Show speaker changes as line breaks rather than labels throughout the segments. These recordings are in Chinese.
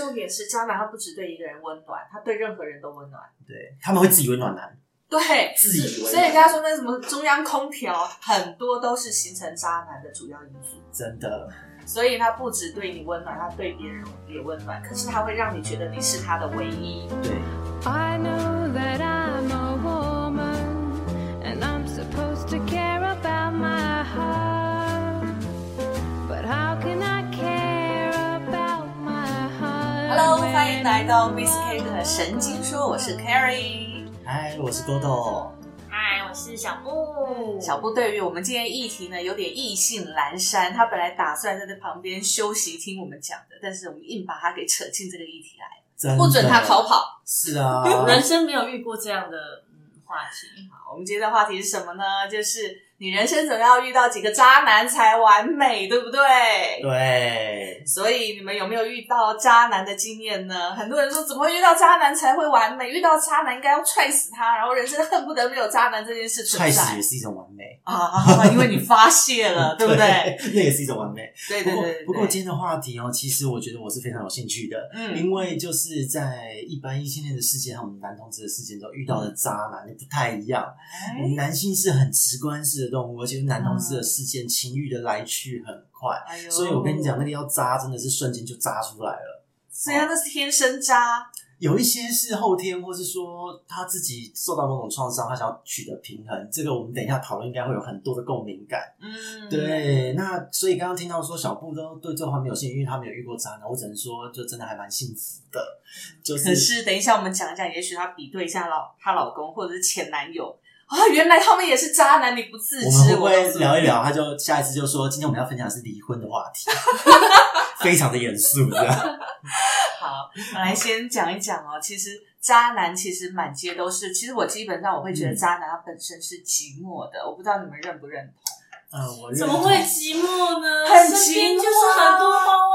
重点是渣男他不只对一个人温暖，他对任何人都温暖。
对，他们会自以为暖男，
对，
自以为
所以人家说那什么中央空调，很多都是形成渣男的主要因素。
真的，
所以他不只对你温暖，他对别人也温暖，可是他会让你觉得你是他的唯一。
对，
I know that I'm a woman and I'm supposed to care about my heart. But how can I care about my heart?
Hello，
when
欢迎来到
I'm
Miss K 的神经说，我是 Carrie。
哎，我是豆豆，
嗨，我是小木。
小布对于我们今天议题呢有点意兴阑珊，他本来打算在这旁边休息听我们讲的，但是我们硬把他给扯进这个议题来，
真的
不准他逃。跑。
是 啊，
人生没有遇过这样的嗯话题，
好，我们今天的话题是什么呢？就是你人生总要遇到几个渣男才完美，对不对？
对，
所以你们有没有遇到渣男的经验呢？很多人说怎么会遇到渣男才会完美？遇到渣男应该要踹死他，然后人生恨不得没有渣男这件事存
踹死
在
也是一种完美，
啊，因为你发泄 了，对不对？？
那也是一种完美。
对
不
对
过
对。，
不过今
对
天的话题哦，其实我觉得我是非常有兴趣的。
嗯，
因为就是在一般异性恋的世界和我们男同志的世界中遇
嗯
到的渣男就不太一样。
哎
我们男性是很直观式的动物，而且男同志的事
嗯
件情欲的来去很快，
哎呦
所以我跟你讲，，那个要渣真的是瞬间就渣出来了。
所以他那是天生渣，
有一些是后天，或是说他自己受到某种创伤，他想要取得平衡。这个我们等一下讨论，应该会有很多的共鸣感。
嗯，
对，那所以刚刚听到说小布都对这方面有兴趣，因为他没有遇过渣男，我只能说就真的还蛮幸福的。就是
可是等一下我们讲一讲，也许她比对一下老她老公或者是前男友啊，原来他们也是渣男，你不自
我们
知。
会
我
不
告
会
诉你
聊一聊？他就下一次就说，今天我们要分享的是离婚的话题，非常的严肃，这样
好，我来先讲一讲哦。其实渣男其实满街都是。其实我基本上我会觉得
嗯
渣男他本身是寂寞的，我不知道你们认不认同。
嗯，我认
怎么会寂寞呢？
很
身
寂
边
寞啊
就是很多花花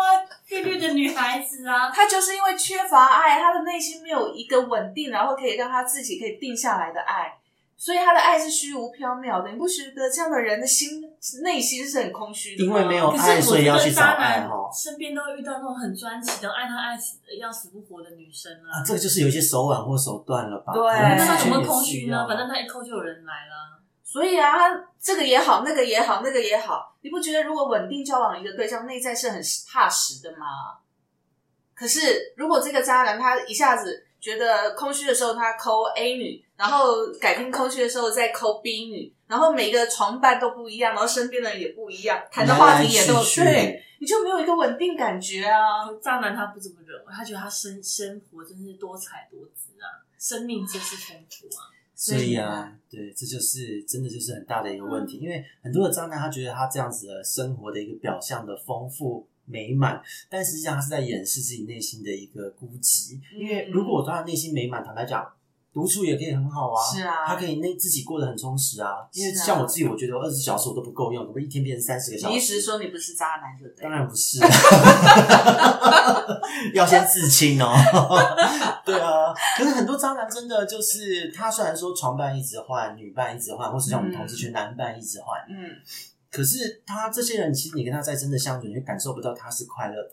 绿绿的女孩子啊。
他就是因为缺乏爱，他的内心没有一个稳定，然后可以让他自己可以定下来的爱，所以他的爱是虚无缥缈的。你不觉得这样的人的心内心是很空虚的吗？
因为没有
可
爱
是
所
我
以
觉
要
得
去找
渣
爱哦
男
哈
身边都会遇到那种很专情的，爱他爱死要死不活的女生啊
啊，。这个就是有一些手腕或手段了吧？
对
可能
那他
是
怎么
也
会空
是
虚
一
呢？
样
反正他一抠就有人来了。
所以啊，他这个也好，那个也好，那个也好，你不觉得如果稳定交往一个对象，内在是很踏实的吗？可是如果这个渣男他一下子觉得空虚的时候，他抠 A 女，然后改天空虚的时候再抠 B 女，然后每个床伴都不一样，然后身边的人也不一样，谈的话题也都
来来去去
对，你就没有一个稳定感觉啊。
渣男他不这么认为，他觉得他生生活真是多彩多姿啊，生命真是丰富啊。
所以啊，对，这就是真的就是很大的一个问
嗯
题，因为很多的渣男他觉得他这样子的生活的一个表象的丰富美满，但实际上他是在掩饰自己内心的一个孤寂。因为如果他的内心美满，坦白讲，独处也可以很好啊，
嗯是啊
他可以内自己过得很充实啊。因为
是啊
像我自己，我觉得我二十小时我都不够用，我一天变成三十个小时。
你一直说你不是渣男，对不对
当？然 不是，要先自清哦。 对啊，可是很多渣男真的就是，他虽然说床伴一直换，女伴一直换，或是像我们同志圈男伴一直换，
嗯，
可是他这些人，其实你跟他再真的相处，你会感受不到他是快乐的。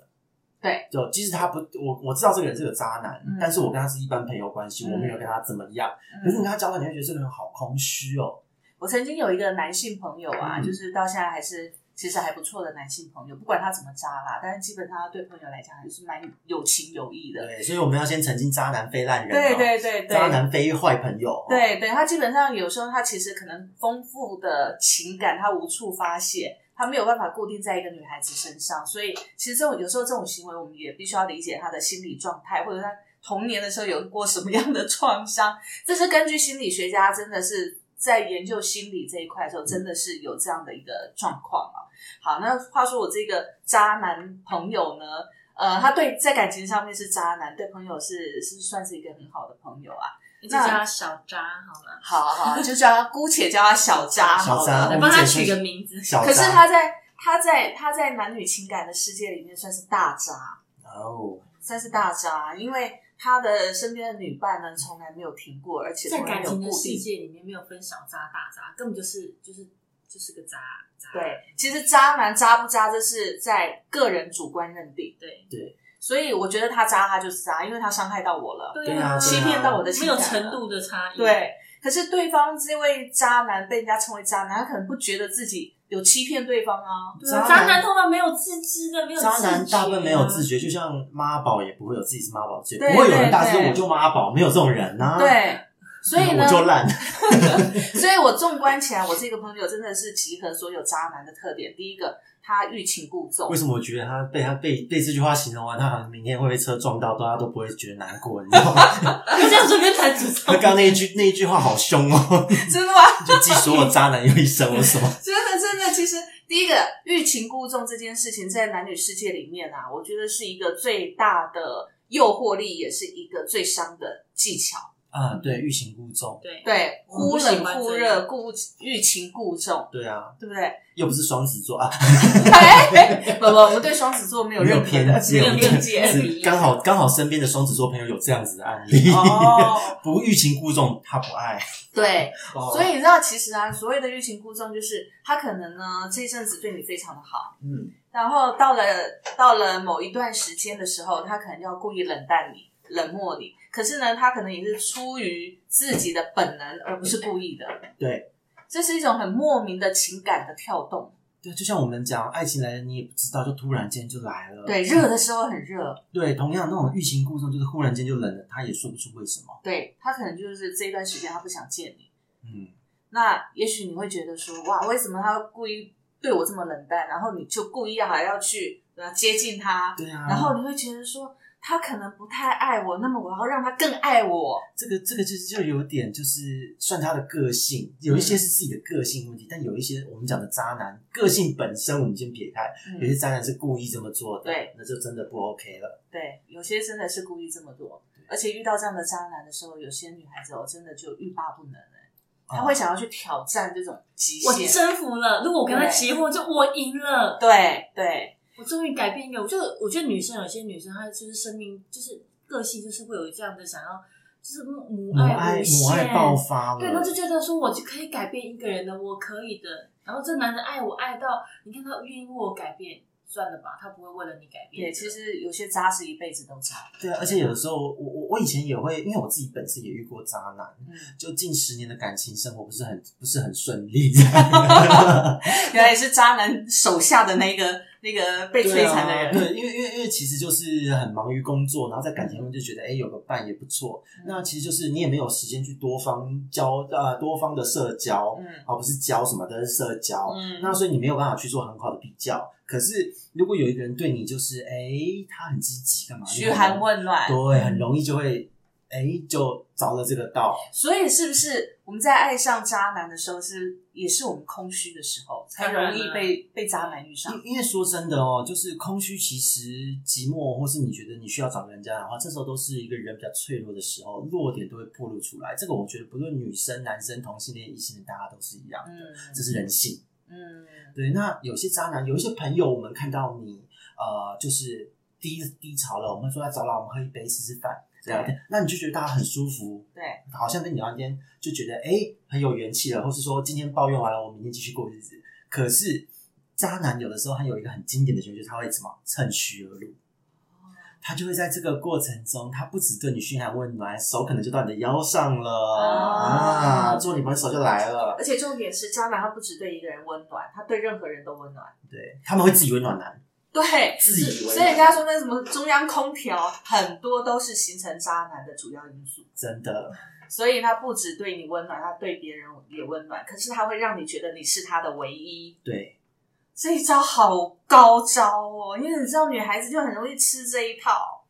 对，
就即使他不，我我知道这个人是个渣男，
嗯
但是我跟他是一般朋友关系，
嗯
我没有跟他怎么样。
嗯
可是你跟他交往，你会觉得这个人好空虚哦。
我曾经有一个男性朋友啊，
嗯
就是到现在还是其实还不错的男性朋友，不管他怎么渣啦，但是基本上他对朋友来讲还是蛮有情有义的。
对，所以我们要先澄清渣男非烂人、哦，
对对对对。
渣男非坏朋友、哦，
对对，他基本上有时候他其实可能丰富的情感他无处发泄，他没有办法固定在一个女孩子身上，所以其实这种有时候这种行为，我们也必须要理解他的心理状态，或者他童年的时候有过什么样的创伤，这是根据心理学家真的是在研究心理这一块的时候，真的是有这样的一个状况啊。好，那话说我这个渣男朋友呢，呃，他对在感情上面是渣男，对朋友是是算是一个很好的朋友啊。
你就叫他小渣好了，
好好，就叫他姑且叫他小渣好
小
了。
渣
来帮他取个名字。
小渣，
可是他在他在他在男女情感的世界里面算是大渣，
哦，
算是大渣，因为他的身边的女伴呢从来没有停过，而且
在
从来
感
没有
情的
固
世
定。
界里面，没有分小渣大渣，根本就是就是就是个渣渣。
对，其实渣男渣不渣，这是在个人主观认定。
对
对，
所以我觉得他渣，他就是渣，因为他伤害到我了，
对啊
欺骗到我的情
没
感
有
了
程度的差异，，
对，可是对方这位渣男被人家称为渣男，他可能不觉得自己有欺骗对方啊。
对啊
渣
渣
男
男通常没有自知的，没有
渣男
自觉
大部分没有自
啊，
觉，就像妈宝也不会有自己是妈宝觉，
对
不会有人大声
对对
我就妈宝，没有这种人呐、啊。，嗯
对，所以呢
我，就烂。
所以我纵观起来，我这个朋友真的是集合所有渣男的特点。第一个，他欲擒故纵
为。什么我觉得他被他被被这句话形容完，他好像明天会被车撞到，大家都不会觉得难过，你知道吗？
就这样随便谈主唱
他，刚刚那一句那一句话好凶哦，
真的吗？
就记所有渣男有一生，我什么？
真的真的，其实第一个欲擒故纵这件事情，在男女世界里面啊，我觉得是一个最大的诱惑力，也是一个最伤的技巧。
啊，对，欲擒故纵，嗯
对，
对，
我
忽
不喜
冷
欢
忽
这
热，
样
故欲擒故纵，
对啊，
对不 对？
又不是双子座啊，
哎， 不不，我们对双子座没有
没
任
有
何的
偏见，
没有偏
没
见。
有
是 刚好刚好身边的双子座朋友有这样子的案例，
哦，
不欲擒故纵，他不爱，
对，所
所
以你知道，其实啊，所谓的欲擒故纵，就是他可能呢这一阵子对你非常的好，
嗯，
然后到了到了某一段时间的时候，他可能要故意冷淡你、冷漠你。可是呢，他可能也是出于自己的本能，而不是故意的。
对
这是一种很莫名的情感的跳动。
对，就像我们讲，爱情来了你也不知道，就突然间就来了，
对，热的时候很热，
对，同样那种欲擒故纵，就是忽然间就冷了，他也说不出为什么，
对他可能就是这一段时间他不想见你。
嗯。
那也许你会觉得说，哇，为什么他故意对我这么冷淡？然后你就故意啊还要去呃接近他，
对啊，
然后你会觉得说，他可能不太爱我，那么我要让他更爱我。
这个这个就是就有点就是算他的个性，有一些是自己的个性问题，但有一些我们讲的渣男个性本身，我们先撇开，有些
嗯，
渣男是故意这么做的，
对，
那就真的不 OK 了。
嗯对，有些真的是故意这么做，而且遇到这样的渣男的时候，有些女孩子哦，真的就欲罢不能哎、她会
啊
想要去挑战这种极
我
限。
征服了。如果我跟他
对
结婚，就我赢了，
对对
我终于改变一个。我就我觉得女生有些女生她就是生命就是个性就是会有这样的想要，就是母
母爱
无
母
限
爱爆发了，
对，他就觉得说我就可以改变一个人的，我可以的。然后这男的爱我爱到，你看他愿意为我改变，算了吧，他不会为了你改变
对，
的。
其实有些渣是一辈子都渣。
对啊，而且有的时候我我我以前也会，因为我自己本身也遇过渣男，
嗯，
就近十年的感情生活不是很不是很顺利，
原来是渣男手下的那个那个被摧残的人。
对啊、对，因为因为因为其实就是很忙于工作，然后在感情中就觉得，哎、有个伴也不错。
嗯
那其实就是你也没有时间去多方交呃多方的社交，
嗯
而不是交什么的是社交。
嗯
那所以你没有办法去做很好的比较。可是如果有一个人对你就是，哎、他很积极，干嘛？
嘘寒问暖。
对，很容易就会，哎、就着了这个道。
所以是不是我们在爱上渣男的时候是，也是我们空虚的时候，才
当然
容易
了
被被渣男遇上？
因因为说真的哦，就是空虚，其实寂寞，或是你觉得你需要找人家的话，这时候都是一个人比较脆弱的时候，弱点都会暴露出来。这个我觉得不论女生、男生、同性恋、异性恋，大家都是一样，
嗯
这是人性。
嗯
对，那有些渣男，有一些朋友，我们看到你呃，就是低低潮了，我们说要找老我们喝一杯吃吃饭聊天，那你就觉得大家很舒服，
对，
好像跟你聊天就觉得哎、诶很有元气了，或是说今天抱怨完了，我明天继续过日子。可是渣男有的时候他有一个很经典的行为，就是他会什么趁虚而入。他就会在这个过程中，他不止对你嘘寒问暖，手可能就到你的腰上了、
啊
啊，做你朋友手就来了。
而且重点是，渣男他不只对一个人温暖，他对任何人都温暖。
对，他们会自以为暖男，
对，
自以为
所
暖
以人家说那什么中央空调，很多都是形成渣男的主要因素。
真的，
所以他不只对你温暖，他对别人也温暖。可是他会让你觉得你是他的唯一，
对，
这一招好高招哦！因为你知道女孩子就很容易吃这一套。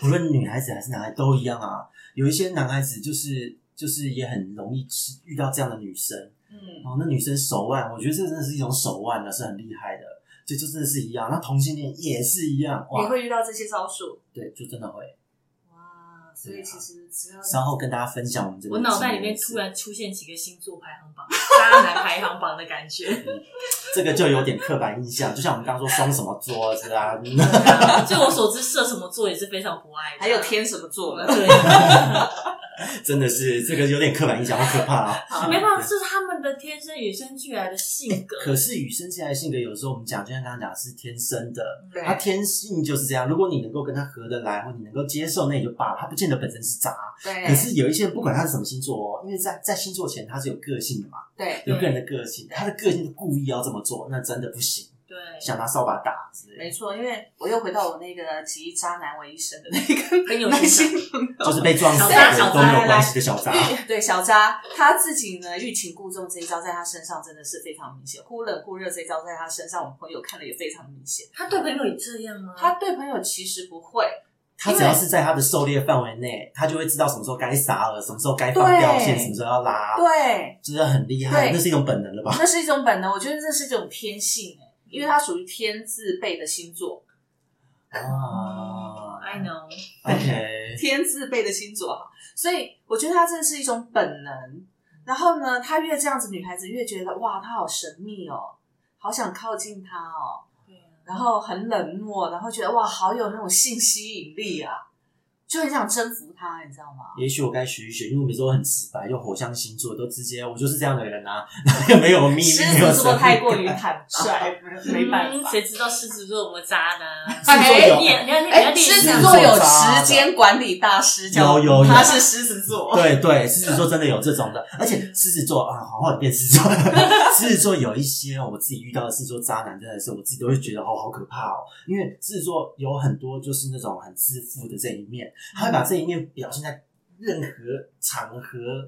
不论女孩子还是男孩都一样啊。有一些男孩子就是就是也很容易吃遇到这样的女生，
嗯，
哦，那女生手腕，我觉得这真的是一种手腕了，是很厉害的。这就真的是一样，那同性恋也是一样，
你
哇，
会遇到这些招数。
对，就真的会。
哇，所以其实只要
稍后跟大家分享我们这边
我
的经验。
脑袋里面突然出现几个星座排 行榜、渣男排行榜的感觉，
这个就有点刻板印象，就像我们刚刚说双什么座是啊，
据我所知，射什么座也是非常不爱的。
还有天什么座呢？
对，
真的是这个有点刻板印象，好可怕啊！
好
没办法，这是他们的天生与生俱来的性格。
可是与生俱来的性格，有时候我们讲，就像刚刚讲，是天生的，
对
他天性就是这样。如果你能够跟他合得来，或你能够接受，那也就罢了。他不见得本身是渣，
对
可是有一些人不管他是什么星座哦，因为在在星座前他是有个性的嘛，
对，
有个人的个性，他的个性故意要这么做，那真的不行，
对，
想拿扫把打之
没
类的，
错，因为我又回到我那个集渣男为一身的那 个
很有
耐
趣
心朋友，
就是被撞死
小渣
的
小渣
都没有
来
关系的小渣。
欲 对小渣他自己呢欲擒故纵这一招在他身上真的是非常明显，忽冷忽热这一招在他身上，我们朋友看了也非常明显。
他对朋友也这样吗？
他对朋友其实不会，
他只要是在他的狩猎范围内，他就会知道什么时候该撒饵，什么时候该放
对
掉线，什么时候要拉，
对，
真的很厉害，
对
那是一种本能了 吧？
那是一种本能，我觉得这是一种天性、欸，因为他属于天字辈的星座，
啊
I know，
，OK，
天字辈的星座哈，所以我觉得他真的是一种本能。然后呢，他越这样子，女孩子越觉得哇，他好神秘哦，好想靠近他哦，
对啊
然后很冷漠，然后觉得哇，好有那种性吸引力啊，就很想征服他，你知道吗？
也许我该学一学，因为我每次都很直白，就火象星座都直接，我就是这样的人啊， 也没有秘
狮
密，没有
子
神
座
秘
太过于
感
坦率，没办
嗯
法。
谁知道狮子座有没有渣男 啊？
狮子座
你
有
你要你要
哎，
练
狮
习啊
子座有时间管理大师，叫
有有有
他是狮子座，
对对，狮子座真的有这种的，而且狮子座啊，好好你变狮子座。 狮子座有一些哦我自己遇到的狮子座渣男，真的是我自己都会觉得哦，好可怕哦。因为狮子座有很多就是那种很自负的这一面，他会把这一面表现在任何场合、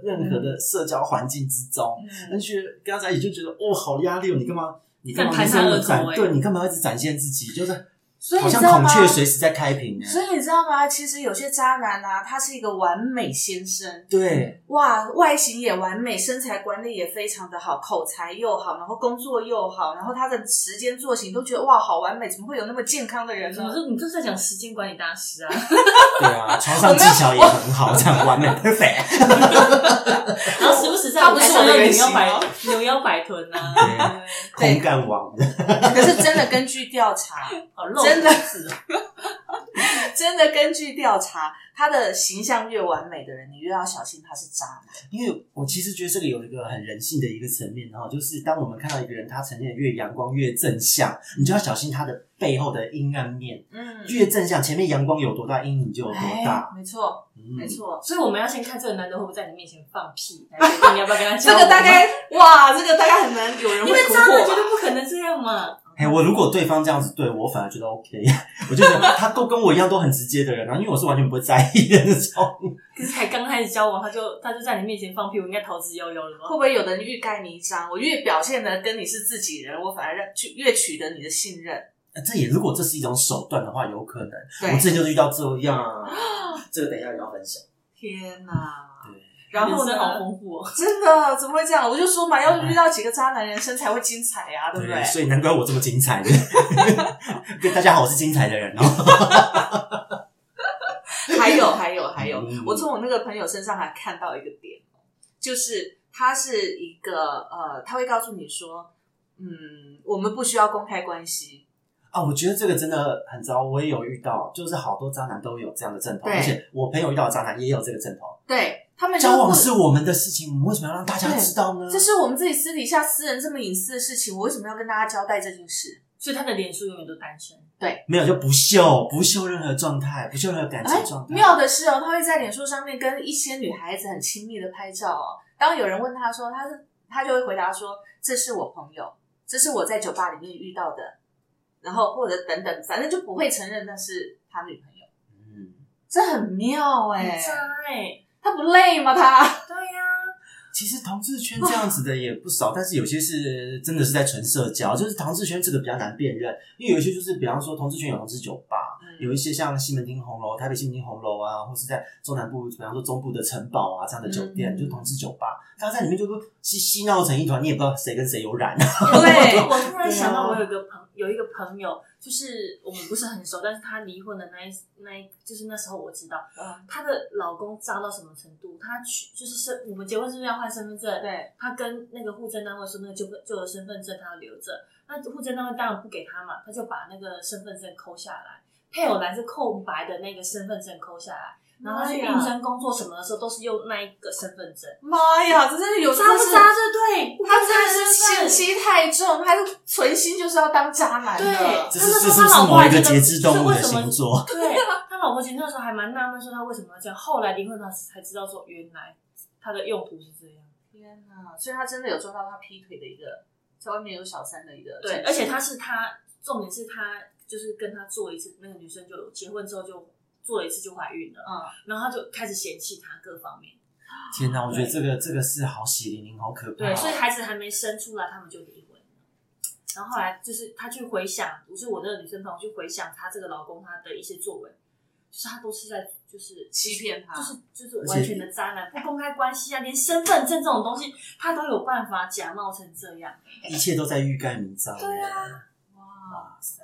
任何的社交环境之中。
嗯
但是跟他在一起就觉得哦，好压力哦，你干嘛？你干嘛
在
一
谈
直那么
他恶
展
作？欸
对你干嘛一直展现自己？就是
所以
好
你
像
知道
孔
吗？
雀随时在开屏呢。
所以你知道吗？其实有些渣男啊，他是一个完美先生，
对，
哇，外形也完美，身材管理也非常的好，口才又好，然后工作又好，然后他的时间作息都觉得哇，好完美，怎么会有那么健康的人
怎
呢
么？是你这是在讲时间管理大师 啊？
对啊，床上技巧也很 好，这样完美 perfect。
然后时不时在
他
舞
不
台
是
上
我的
扭
原
腰
型
摆
哦
扭腰摆臀啊，
对
空干王的，
可是真的根据调查，
好露
真的
子。
真的根据调查，他的形象越完美的人，你越要小心他是渣男。
因为我其实觉得这个有一个很人性的一个层面，然后就是当我们看到一个人他呈现的越阳光越正向，你就要小心他的背后的阴暗面。
嗯
越正向，前面阳光有多大，阴影就有多大。
没错，
嗯
哎没错。
所以我们要先看这个男的会不会在你面前放屁，来决定你要不要跟他
这
交往。
个大，概哇，这个大概很难有人会
因为
突
渣男
破
绝对
吧。
不可能这样嘛。
哎、我如果对方这样子对我，我反而觉得 OK，我 就觉得他都跟我一样都很直接的人，然啊后因为我是完全不会在意的那种。
可是才刚开始交往，他就他就在你面前放屁，我应该逃之夭夭
会
了吧？
不会有的人欲盖弥彰？我越表现的跟你是自己人，我反而让去越取得你的信任。
呃这也如果这是一种手段的话，有可能。
对
我之前就是遇到这样啊，这个等一下也要分享。
天哪！
对。
然后
人生好
呢？
丰富哦。
真的怎么会这样？我就说嘛，要遇到几个渣男，人生才会精彩呀、对不对？
所以难怪我这么精彩。 对，大家好，我是精彩的人 哦。
还有还有还有
嗯，
我从我那个朋友身上还看到一个点，就是他是一个呃，他会告诉你说，嗯，我们不需要公开关系，
啊，我觉得这个真的很糟，我也有遇到，就是好多渣男都有这样的阵头，
对
而且我朋友遇到的渣男也有这个阵头。
对他们就
交往
不
是我们的事情，我们为什么要让大家知道呢？
这是我们自己私底下私人这么隐私的事情，我为什么要跟大家交代这件事？
所以他的脸书永远都单身。
没有就不秀，不秀任何状态，不秀任何感情状态。
哎妙的是哦，他会在脸书上面跟一些女孩子很亲密的拍照哦。当有人问他说他是，他就会回答说这是我朋友，这是我在酒吧里面遇到的，然后或者等等，反正就不会承认那是他女朋友。
嗯，
这很妙
很
哎、
渣哎，
他不累吗？他
对呀。
其实同志圈这样子的也不少，但是有些是真的是在纯社交，就是同志圈这个比较难辨认，因为有一些就是比方说同志圈有同志酒吧，
嗯
有一些像西门町红楼、台北西门町红楼啊，或是在中南部，比方说中部的城堡啊这样的酒店，
嗯
就同志酒吧，大家在里面就是嬉嬉闹成一团，你也不知道谁跟谁有染。啊
对
我突然想到，我有一个朋有一个朋友，就是我们不是很熟，但是他离婚的那一那一，就是那时候我知道，
嗯
她的老公渣到什么程度？她去就是身，我们结婚是不是要换身份证？
对，
她跟那个户政单位说，那个旧旧的身份证她要留着。那户政单位当然不给她嘛，她就把那个身份证抠下来，配偶栏是空白的那个身份证抠下来，然后他去
妈呀
应征工作什么的时候，都是用那一个身份证。
妈呀，这真的有
渣不渣？这对，
他真的
身
是心
份
机太重，他是存心就是要当渣男
对
的。
这
哦他那
是
时
这是
候
不
他
是
老
某
外
一个
真的
节制动物
为
的
什么
星座？
对，他老婆其实那时候还蛮纳闷，说他为什么要这样。后来离婚他才知道说，原来他的用途是这样。
天哪！所以他真的有抓到他劈腿的一个，在外面有小三的一个。
对，而且他是他，重点是他就是跟他做一次，那个女生就结婚之后就做了一次就怀孕了，
嗯，
然后他就开始嫌弃他各方面，
天哪，我觉得
对
这个这个是好血淋淋，好可怕
对，
哦。
所以孩子还没生出来，他们就离婚了。然后后来就是他去回想，不是我那个女生朋友去回想她这个老公他的一些作为，就是他都是在就是
欺骗她
就是就是完全的渣男，不公开关系啊，连身份证这种东西他都有办法假冒成这样。
一切都在欲盖弥彰。
对
啊，
哇，
哇塞！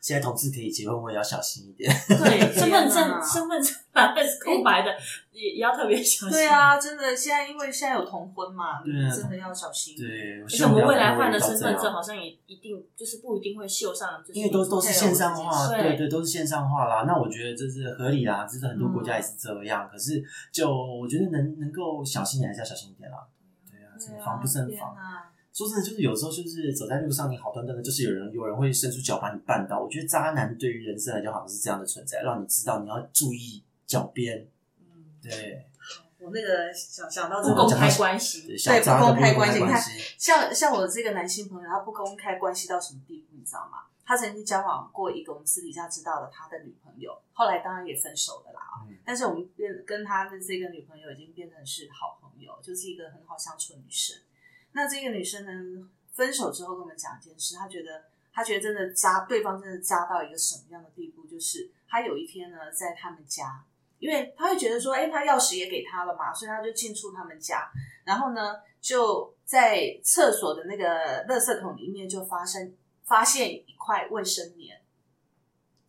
现在同志可以结婚，我也要小心一点。
对，身 份
天哪哎
证身份证本来是空白的，也也要特别小心。
对，啊，真的，现在因为现在有同婚嘛，
对啊
真的要小心。
对，我
而
希
且
望
我
不要
们未来
沦为
换的
到
身
这
份
样
证好像也一定就是不一定会绣上，就是
因为都都是线上化，
对
对对，都是线上化啦。那我觉得这是合理啦，就是很多国家也是
嗯
这样。可是就我觉得能能够小心点，还是要小心一点啦。对啊，真
对
的
啊，
防不胜
天
防。
哪
说真的，就是有时候就是走在路上，你好端端的，就是有人有人会伸出脚把你绊倒。我觉得渣男对于人生来讲好像是这样的存在，让你知道你要注意脚边。
嗯，
对
我那个想想到这
不
个
公
讲
开
到
关
对，
系，
小渣的
不公开
关
关系你看
系。
像像我这个男性朋友，他不公开关系到什么地步，你知道吗？他曾经交往过一个我们私底下知道的他的女朋友，后来当然也分手了啦。
嗯
但是我们变跟他的这个女朋友已经变成是好朋友，就是一个很好相处的女生。那这个女生呢，分手之后跟我们讲一件事，她觉得她觉得真的渣，对方真的渣到一个什么样的地步，就是她有一天呢，在他们家，因为她会觉得说，哎、她钥匙也给她了嘛，所以她就进出他们家，然后呢，就在厕所的那个垃圾桶里面就发生发现一块卫生棉。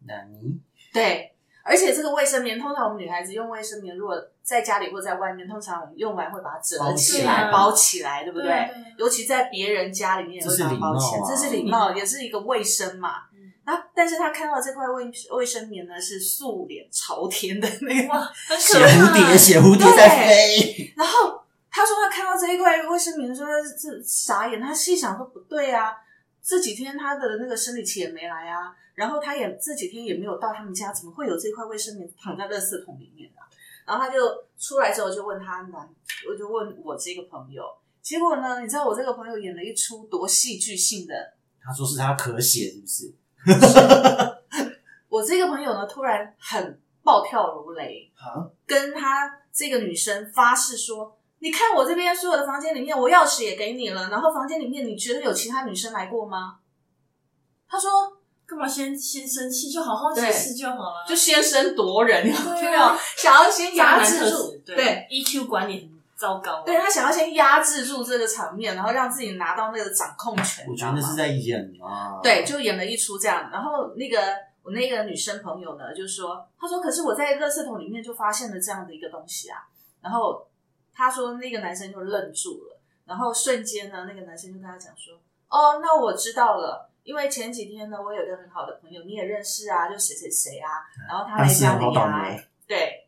那 你
对，而且这个卫生棉，通常我们女孩子用卫生棉，如果在家里或在外面，通常我们用完会把它折起来、
包
包起来，对不对？
对对
尤其在别人家里面也会把它包起来，
这
这
是
是
礼
礼
貌啊
貌，也是一个卫生嘛。
嗯
然后，但是他看到这块卫卫生棉呢，是素脸朝天的那个，
哇，很
写
可
蝴
怕。啊
蝶，写蝴蝶在飞，
然后他说他看到这一块卫生棉的时候，他是傻眼，他细想说不对啊，这几天他的那个生理期也没来啊，然后他也这几天也没有到他们家，怎么会有这块卫生棉躺在垃圾桶里面啊？然后他就出来之后就问他男，我就问我这个朋友，结果呢，你知道我这个朋友演了一出多戏剧性的
他说是他咳血，是不是？
我这个朋友呢，突然很暴跳如雷，
啊，
跟他这个女生发誓说：“你看我这边所有的房间里面，我钥匙也给你了，然后房间里面你觉得有其他女生来过吗？”他说
干嘛先先生气？就好好解
对
释就好了。：“
就先声夺人，有
啊
没有？想要先
渣
压
男
制
特
住
质，，
对。
EQ 管理很糟糕。”啊
对啊他想要先压制住这个场面，然后让自己拿到那个掌控权。
我
你知
觉
道
得
吗？
是在演啊。
对，就演了一出这样。然后那个我那个女生朋友呢，就说，她说，可是我在垃圾桶里面就发现了这样的一个东西啊。然后她说，那个男生就愣住了，然后瞬间呢，那个男生就跟她讲说，哦，那我知道了。因为前几天呢，我有一个很好的朋友，你也认识啊，就谁谁谁啊，然后他
当
来
事
家
人好
里
倒
来，
霉，
对，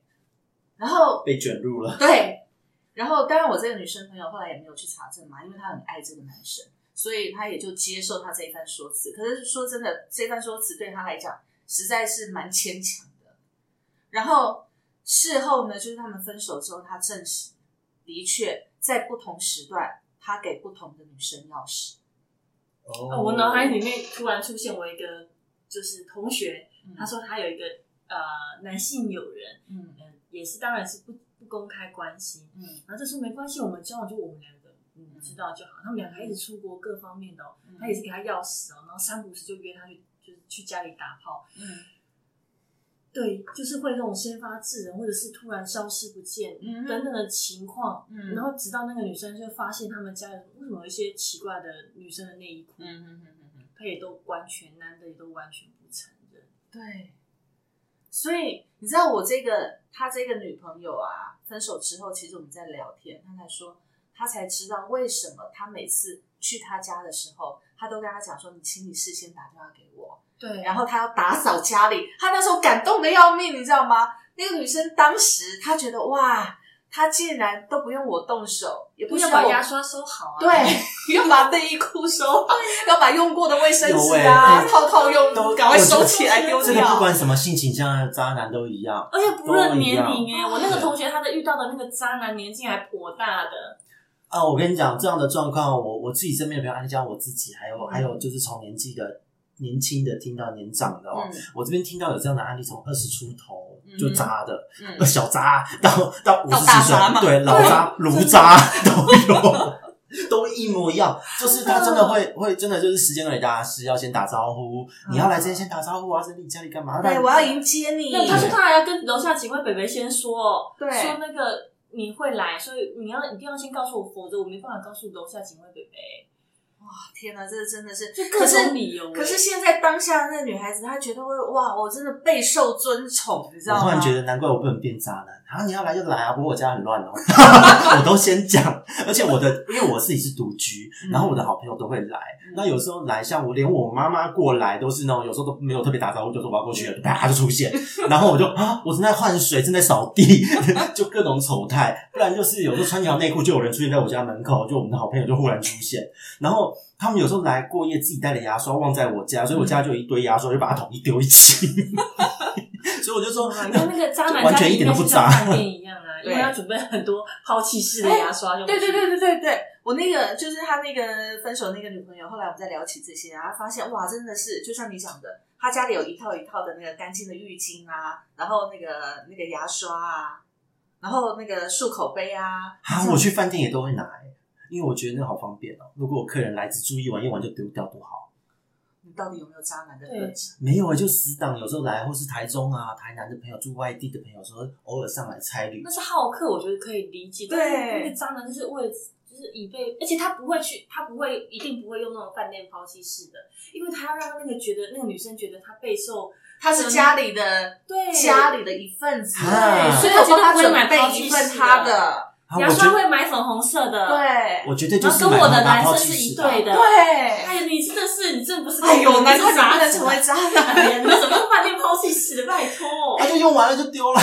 然后
被卷入 了。
对，然后当然我这个女生朋友后来也没有去查证嘛，因为她很爱这个男生，所以她也就接受他这一番说辞。可是说真的，这番说辞对她来讲实在是蛮牵强的。然后事后呢，就是他们分手之后，她证实的确在不同时段，她给不同的女生钥匙。
哦，我脑海里面突然出现我一个就是同学，
嗯
他说他有一个呃男性友人，
嗯
嗯，也是当然是不不公开关系，
嗯
然后就说没关系，我们交往就我们两个，嗯，知道就好。他们两个还一直出国各方面的、哦，
嗯
他也是给他钥匙哦，然后三不五时就约他去就是去家里打炮，
嗯
对，就是会那种先发制人，或者是突然消失不见。
嗯
等等的情况，
嗯
然后直到那个女生就发现他们家有为什么有一些奇怪的女生的内衣裤，
嗯嗯嗯。
他也都完全男的也都完全不承认。
对，所以你知道我这个他这个女朋友啊，分手之后，其实我们在聊天，他才说他才知道为什么他每次去他家的时候，他都跟他讲说，你请你事先打电话给我，
对
然后他要打扫家里，他那时候感动的要命，你知道吗？那个女生当时她觉得哇，她竟然都不用我动手，也不
不
需
要
要
把
我
牙刷收好啊。
对， 要把内衣裤收好，要把用过的卫生纸
有
啊、
欸
泡泡用的赶快收起来丢
我
这个不
掉。
管什么性倾向的渣男都一样。
而且不论年
都一
龄哎、我那个同学他的遇到的那个渣男年纪还颇大的，
啊，我跟你讲，这样的状况，我我自己身边的朋友，还加我自己，还有、
嗯
还有就是从年纪的年轻的听到年长的哦，
嗯
我这边听到有这样的案例，从二十出头
嗯哼
就渣的，
嗯
呃， 小渣到到五十
到
几
大渣
岁，
嘛
对老渣、卢 渣都有，都一模一样。就是他真的会会真的就是时间管理大师，要先打招呼。你要来之前先打招呼啊，整理家里干
嗯
嘛？
对，
那
我要迎接你。
那他说他还要跟楼下警卫北北先说，哦
对
说那个你会来，所以你要一定要先告诉我，否则我没办法告诉楼下警卫北北。
天哪，这真的是，
就
可
各
是
种理由、
可是现在当下那个女孩子，她觉得我哇，我真的备受尊崇，你知道
我
吗？
忽然觉得，难怪我不能变渣男。啊，你要来就来啊！不过我家很 乱哦，我都先讲。而且我的，因为我自己是独居，
嗯
然后我的好朋友都会来。那有时候来，像我连我妈妈过来都是那种，有时候都没有特别打招呼，就说我要过去了，啪就出现。然后我就啊，我正在换水，正在扫地， 就各种丑态。不然就是有时候穿条内裤，就有人出现在我家门口，就我们的好朋友就忽然出现。然后他们有时候来过夜，自己带的牙刷忘在我家，所以我家就有一堆牙刷，我就把它统一丢一起。 所以我就说，
你啊跟那个渣 男
完
家
全一
里
点
面
都不
是像
渣
饭店一样 啊，因
对
为要准备很多抛弃式的 牙刷用具。
对对对对对对，我那个就是他那个分手那个女朋友，后来我们在聊起这些，然后发现哇，真的是就像你讲的，他家里有一套一套的那个干净的浴巾啊，然后那个那个牙刷啊，然后那个漱口杯啊，
啊，我去饭店也都会拿、欸，因为我觉得那好方便哦、如果有客人来只住一晚，用完就丢掉多好。
你到底有没有渣男的特质？
没有啊、就死党有时候来，或是台中啊、台南的朋友住外地的朋友，说偶尔上来差旅
那。是好客，我觉得可以理解。
对
但是那个呃渣男就是为了就是以备，而且他不会去，他不会一定不会用那种饭店抛弃式的，因为他要让那个觉得那个女生觉得他备受
他是家里的
对
家里的一份子，
啊
所以我帮他准备一份他的，
啊，
牙
我觉
刷
得
会买粉红色的，，
对
我绝对就是
然后跟我的
买
男
泡泡
生
去
是一
吃
对的
对。
哎，你真的是你真的不是，
哎呦，
你是
难怪你
渣
不能
子
成为渣
哎
男。
呀 你们怎么用饭店抛弃式的？拜托，
啊，就用完了就丢了。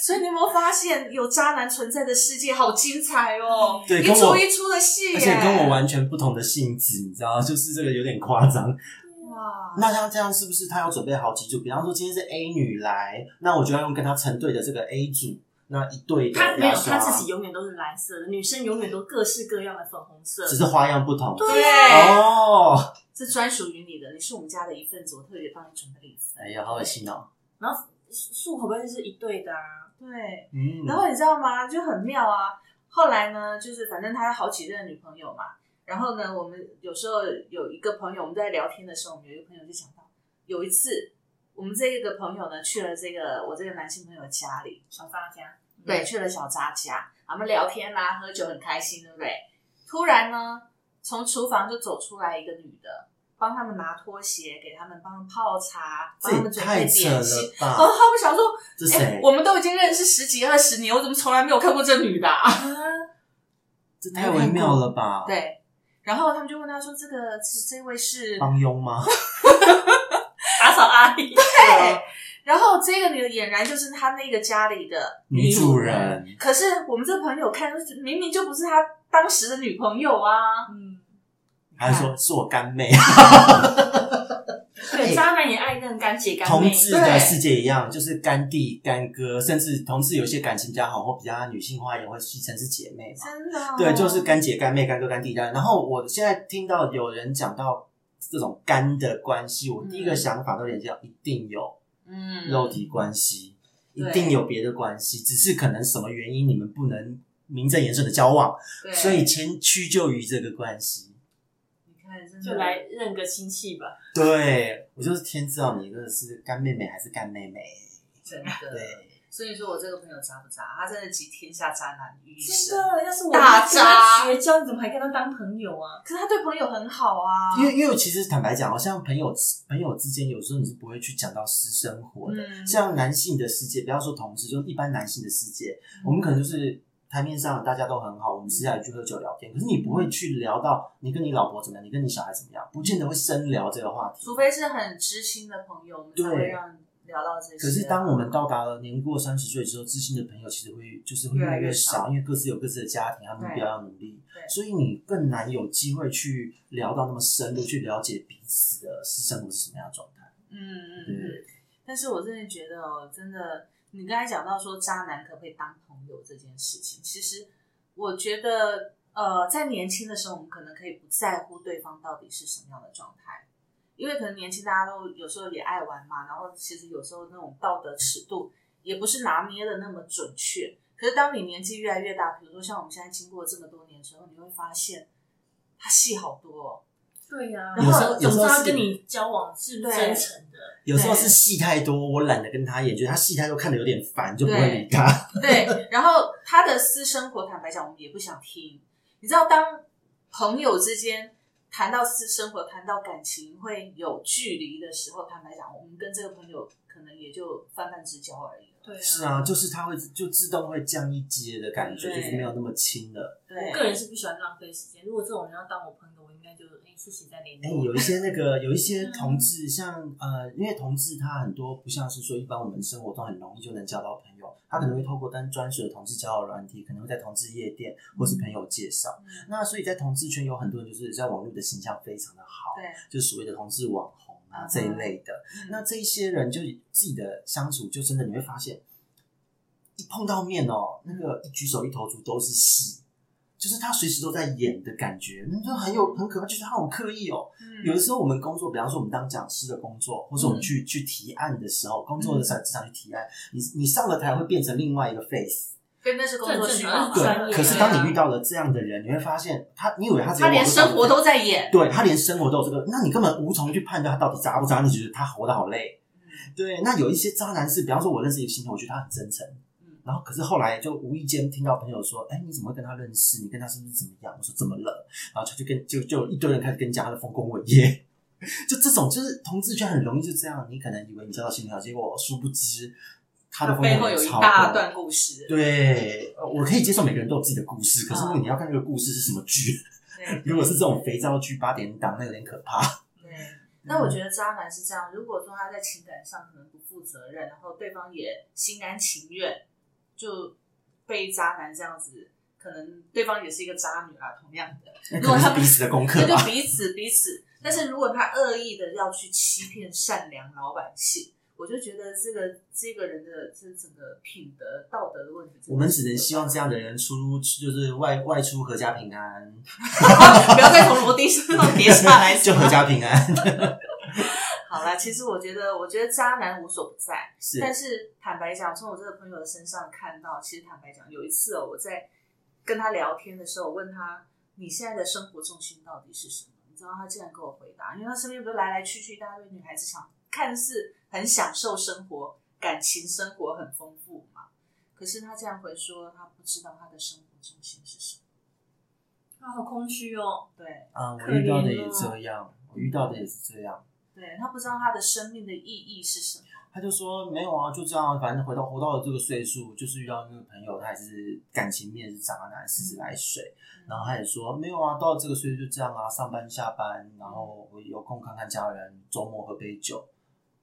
所以你有没有发现，有渣男存在的世界好精彩哦？
对，
一
跟我
出，一出的戏耶，
而且跟我完全不同的性质，你知道，就是这个有点夸张。
哇，
那像这样是不是他要准备好几组？比方说今天是 A 女来，那我就要用跟她成对的这个 A 组，那一对的
他没
牙
有，
刷，
他自己永远都是蓝色的，女生永远都各式各样的粉红色。
只是花样不同。
对，
哦，
这专属于你的，你是我们家的一份子，我特别帮你准备了一份。
哎呀，好恶心哦。
然后漱口杯是一对的啊，
对，
嗯，
然后你知道吗？就很妙啊。后来呢，就是反正他好几任女朋友嘛。然后呢，我们有时候有一个朋友，我们在聊天的时候，我们有一个朋友就讲到，有一次我们这个朋友呢去了这个我这个男性朋友家里，
小发家。
对，，去了小扎家，我们聊天啦、喝酒很开心，对不对？突然呢，从厨房就走出来一个女的，帮他们拿拖鞋，给他们帮他们泡茶，
这
帮他们
也
准备
太扯
点心
了。
然
吧
后！他们想说，
这
哎、
谁？
我们都已经认识十几二十年，我怎么从来没有看过这女的、啊？
这太微妙了吧？，
对，然后他们就问他说：“这个是这位是
帮 佣吗？
打扫阿
哎
姨。
对？”然后这个女的俨然就是他那个家里的
女主人，
可是我们这朋友看，明明就不是他当时的女朋友啊。
嗯，
还是说是我干妹？
对，渣男也爱认干姐干
同
妹。
志的世界一样，就是干弟、干哥，甚至同志有些感情比较好或比较女性化，也会戏称是姐妹嘛。
真
啊
的、哦
对，就是干姐、干妹、干哥、干弟干。然后我现在听到有人讲到这种干的关系，我第一个想法都联想到一定有
嗯
肉体关系，一
对
定有别的关系，只是可能什么原因你们不能名正言顺的交往，
对
所以前屈就于这个关系。
你看，真的
就来认个亲戚吧。
对我就是天知道你这个是干妹妹还是干妹妹，
真的。
对。
所以说我这个朋友渣不渣？他真的集天下渣男于一身
真。的，要是我
大
跟他
渣
绝交，你怎么还跟他当朋友啊？
可是他对朋友很好啊。
因为因为其实坦白讲，好像朋友朋友之间有时候你是不会去讲到私生活的。
嗯
像男性的世界，不要说同志，就一般男性的世界，
嗯
我们可能就是台面上大家都很好，我们私下也去喝酒聊天，可是你不会去聊到你跟你老婆怎么样，你跟你小孩怎么样，不见得会深聊这个话题。
除非是很知心的朋友，我们才
对
会让聊到这些。啊
可是当我们到达了年过三十岁之后，知心的朋友其实会就是会
越
越
来
来
越
越
少
少，因为各自有各自的家庭，他们
对
目标要努力，
对
所以你更难有机会去聊到那么深入，去了解彼此的私生活是什么样的状态。
嗯嗯嗯
对，
但是我真的觉得哦，真的，你刚才讲到说渣男可不可以当朋友这件事情，其实我觉得，呃，在年轻的时候，我们可能可以不在乎对方到底是什么样的状态，因为可能年轻大家都有时候也爱玩嘛，然后其实有时候那种道德尺度也不是拿捏的那么准确。可是当你年纪越来越大，比如说像我们现在经过这么多年之后，你会发现他戏好多哦。
对呀、
有时候
总
有时
之
候
他
是
跟你交往是
对
真诚的，
有时候
对
是戏太多，我懒得跟他演，觉得他戏太多看得有点烦，就不会理他。
对，然后他的私生活，坦白讲，我们也不想听。你知道，当朋友之间谈到私生活、谈到感情会有距离的时候，坦白讲，我们跟这个朋友可能也就泛泛之交而已了。
对 啊。
是啊，就是他会就自动会降一阶的感觉，
对
就是没有那么亲了。
对，
我个人是不喜欢浪费时间，如果这种人要当我朋友，我应该就哎、谢谢再联
哎、
络。
有一些那个有一些
嗯
同志，像呃，因为同志他很多不像是说一般我们生活中很容易就能交到朋友，他可能会透过单专属的同志交友软体，可能会在同志夜店或
嗯
是朋友介绍。那所以在同志圈有很多人就是在网络的形象非常的好，
对，
就所谓的同志网红啊
嗯
这一类的。
嗯
那这一些人就自己的相处，就真的你会发现，一碰到面哦，那个一举手一投足都是戏，就是他随时都在演的感觉，那就很有很可怕，就是他好刻意哦。
嗯
有的时候我们工作，比方说我们当讲师的工作，或是我们去、去提案的时候，工
嗯
作的时候职场去提案，你你上了台会变成另外一个 face，
对，那是工作需要嘛。
这很正常专业
对。
啊
可是当你遇到了这样的人，你会发现他，你以为他只有
他连
网络上
生活都在演。
对他连生活都有这个，那你根本无从去判断他到底渣不渣，你只是他活得好累。
嗯
对，那有一些渣男是，比方说，我认识一个新朋友，我觉得他很真诚，
嗯
然后可是后来就无意间听到朋友说，哎，你怎么会跟他认识？你跟他是不是怎么样？我说怎么了？然后他就跟就就一堆人开始跟你讲他的丰功伟业， 就这种就是同志圈很容易就这样，你可能以为你交到新朋友，结果殊不知他的
他
丰
背
功
后
伟
有
业
一
超
大
多。
段故事。
对，呃我可以接受每个人都有自己的故事，可是如果
嗯
你要看那个故事是什么剧，
对
如果是这种肥皂剧八点档，那有点可怕。
对，
嗯
那我觉得渣男是这样，如果说他在情感上可能不负责任，然后对方也心甘情愿，就被渣男这样子，可能对方也是一个渣女啊，同样的，
那
如
可
果
能
他
是彼此的功课
那就
吧。
彼此彼此。但是如果他恶意的要去欺骗善良老百姓，我就觉得这个这个人的这整个品德道德的问题，
我们只能希望这样的人出入就是外外出阖家平安，
不要再从楼梯上跌下来，
就阖家平 安。
好啦，其实我觉得，我觉得渣男无所不在。
是
但是坦白讲，从我这个朋友的身上看到，其实坦白讲，有一次哦，我在跟他聊天的时候，我问他你现在的生活重心到底是什么？你知道他竟然跟我回答，因为他身边不是来来去去一大堆女孩子想，看似很享受生活，感情生活很丰富嘛，可是他竟然回说他不知道他的生活重心是什么。
他好空虚哦，
对
啊，我
可怜
遇到的也
哦
这样，我遇到的也是这样。
对，他不知道他的生命的意义是什么。
他就说没有啊，就这样，反正回到活到了这个岁数，就是遇到那个朋友，他也是感情面是渣男，四十来岁，
嗯
然后他也说没有啊，到了这个岁数就这样啊，上班下班，然后我有空看看家人，周末喝杯酒，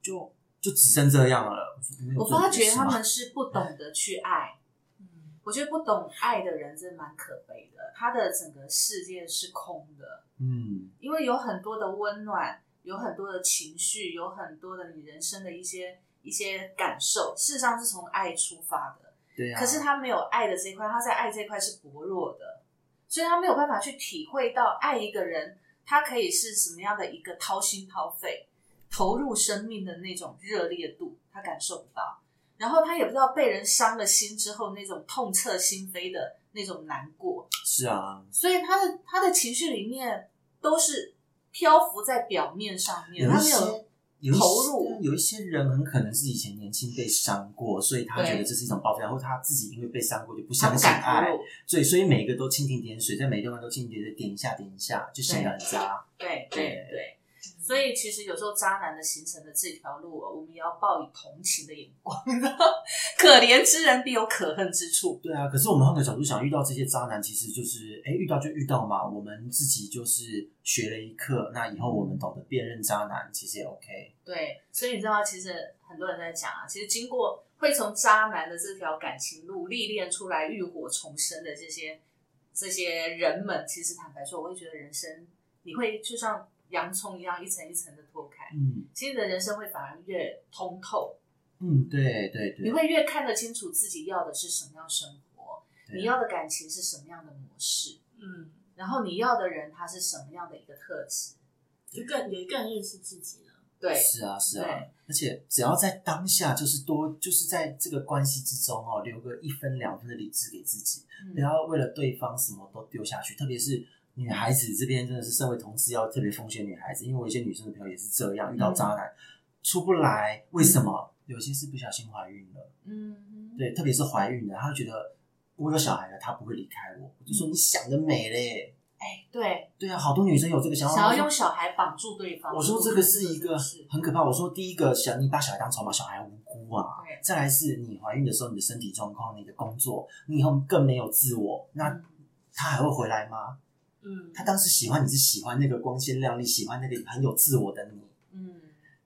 就就只剩这样了。没有
我
做
发
别的
觉
事
他
吗
们是不懂得去爱。
嗯，
我觉得不懂爱的人真的蛮可悲的，他的整个世界是空的，
嗯，
因为有很多的温暖，有很多的情绪，有很多的你人生的一些一些感受，事实上是从爱出发的。
对啊。
可是他没有爱的这一块，他在爱这一块是薄弱的，所以他没有办法去体会到爱一个人，他可以是什么样的一个掏心掏肺、投入生命的那种热烈度，他感受不到。然后他也不知道被人伤了心之后那种痛彻心扉的那种难过，
是啊，
所以他的他的情绪里面都是漂浮在表面上面，
有
他
一
没
些
有
有一
投
些
入
有一些人很可能是以前年轻被伤过，所以他
对
觉得这是一种报复，然后他自己因为被伤过就不
他
相
不
信
敢投
爱，
入，
所以所以每个都蜻蜓点水，在每个地方都蜻蜓点水，点一下点一下，就显得很渣。
对对对。所以其实有时候渣男的形成的这条路，我们也要抱以同情的眼光， 可怜之人必有可恨之处。
对啊，可是我们换个角度想，遇到这些渣男，其实就是哎，遇到就遇到嘛。我们自己就是学了一课，那以后我们懂得辨认渣男，其实也 OK。
对，所以你知道吗，其实很多人在讲啊，其实经过会从渣男的这条感情路历练出来浴火重生的这些这些人们，其实坦白说，我会觉得人生你会就像洋葱一样一层一层的脱开，
嗯
其实你的人生会反而越通透，
嗯，对对对，
你会越看得清楚自己要的是什么样生活，
对啊
你要的感情是什么样的模式，
嗯，
然后你要的人他是什么样的一个特质，
就更也更认识自己了。
对，
是啊是啊
对，
而且只要在当下，就是多就是在这个关系之中哦，留个一分两分的理智给自己，不
嗯，
要为了对方什么都丢下去，特别是女孩子这边真的是身为同志要特别奉劝女孩子，因为我有一些女生的朋友也是这样，遇到渣男、
嗯
出不来，为什么？有些是不小心怀孕了，
嗯，
对，特别是怀孕了，她就觉得我有小孩了，她不会离开我，我就说你想得美嘞，
嗯哎，对，
对啊，好多女生有这个想法，
想要用小孩绑住对方，
我说这个是一个
是
很可怕。我说第一个，小你把小孩当筹码，小孩无辜啊
对。
再来是你怀孕的时候，你的身体状况、你的工作，你以后更没有自我，那
嗯
他还会回来吗？
嗯，
他当时喜欢你是喜欢那个光鲜亮丽，喜欢那个很有自我的你，
嗯，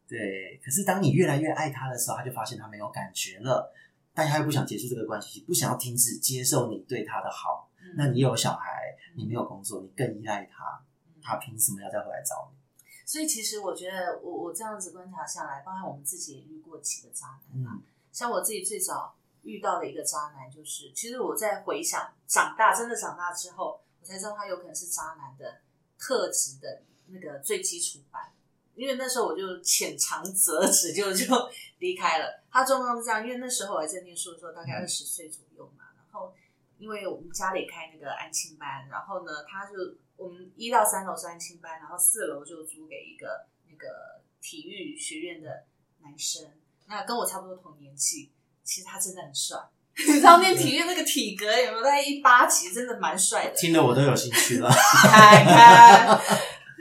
对。可是当你越来越爱他的时候，他就发现他没有感觉了，但他又不想结束这个关系，不想要停止接受你对他的好。
嗯
那你有小孩，你没有工作，你更依赖他，
嗯
他凭什么要再回来找你？
所以其实我觉得我，我这样子观察下来，包含我们自己也遇过几个渣男啊。
嗯
像我自己最早遇到的一个渣男，就是其实我在回想长大，真的长大之后，我才知道他有可能是渣男的特质的那个最基础版。因为那时候我就浅尝辄止，就就离开了。他状况是这样，因为那时候我还在念书的时候，大概二十岁左右嘛。然后因为我们家里开那个安亲班，然后呢，他就我们一到三楼是安亲班，然后四楼就租给一个那个体育学院的男生，那跟我差不多同年纪，其实他真的很帅。 你知道念体育那个体格有没有？大概一八几，真的蛮帅的。
听了我都有兴趣了。
看看。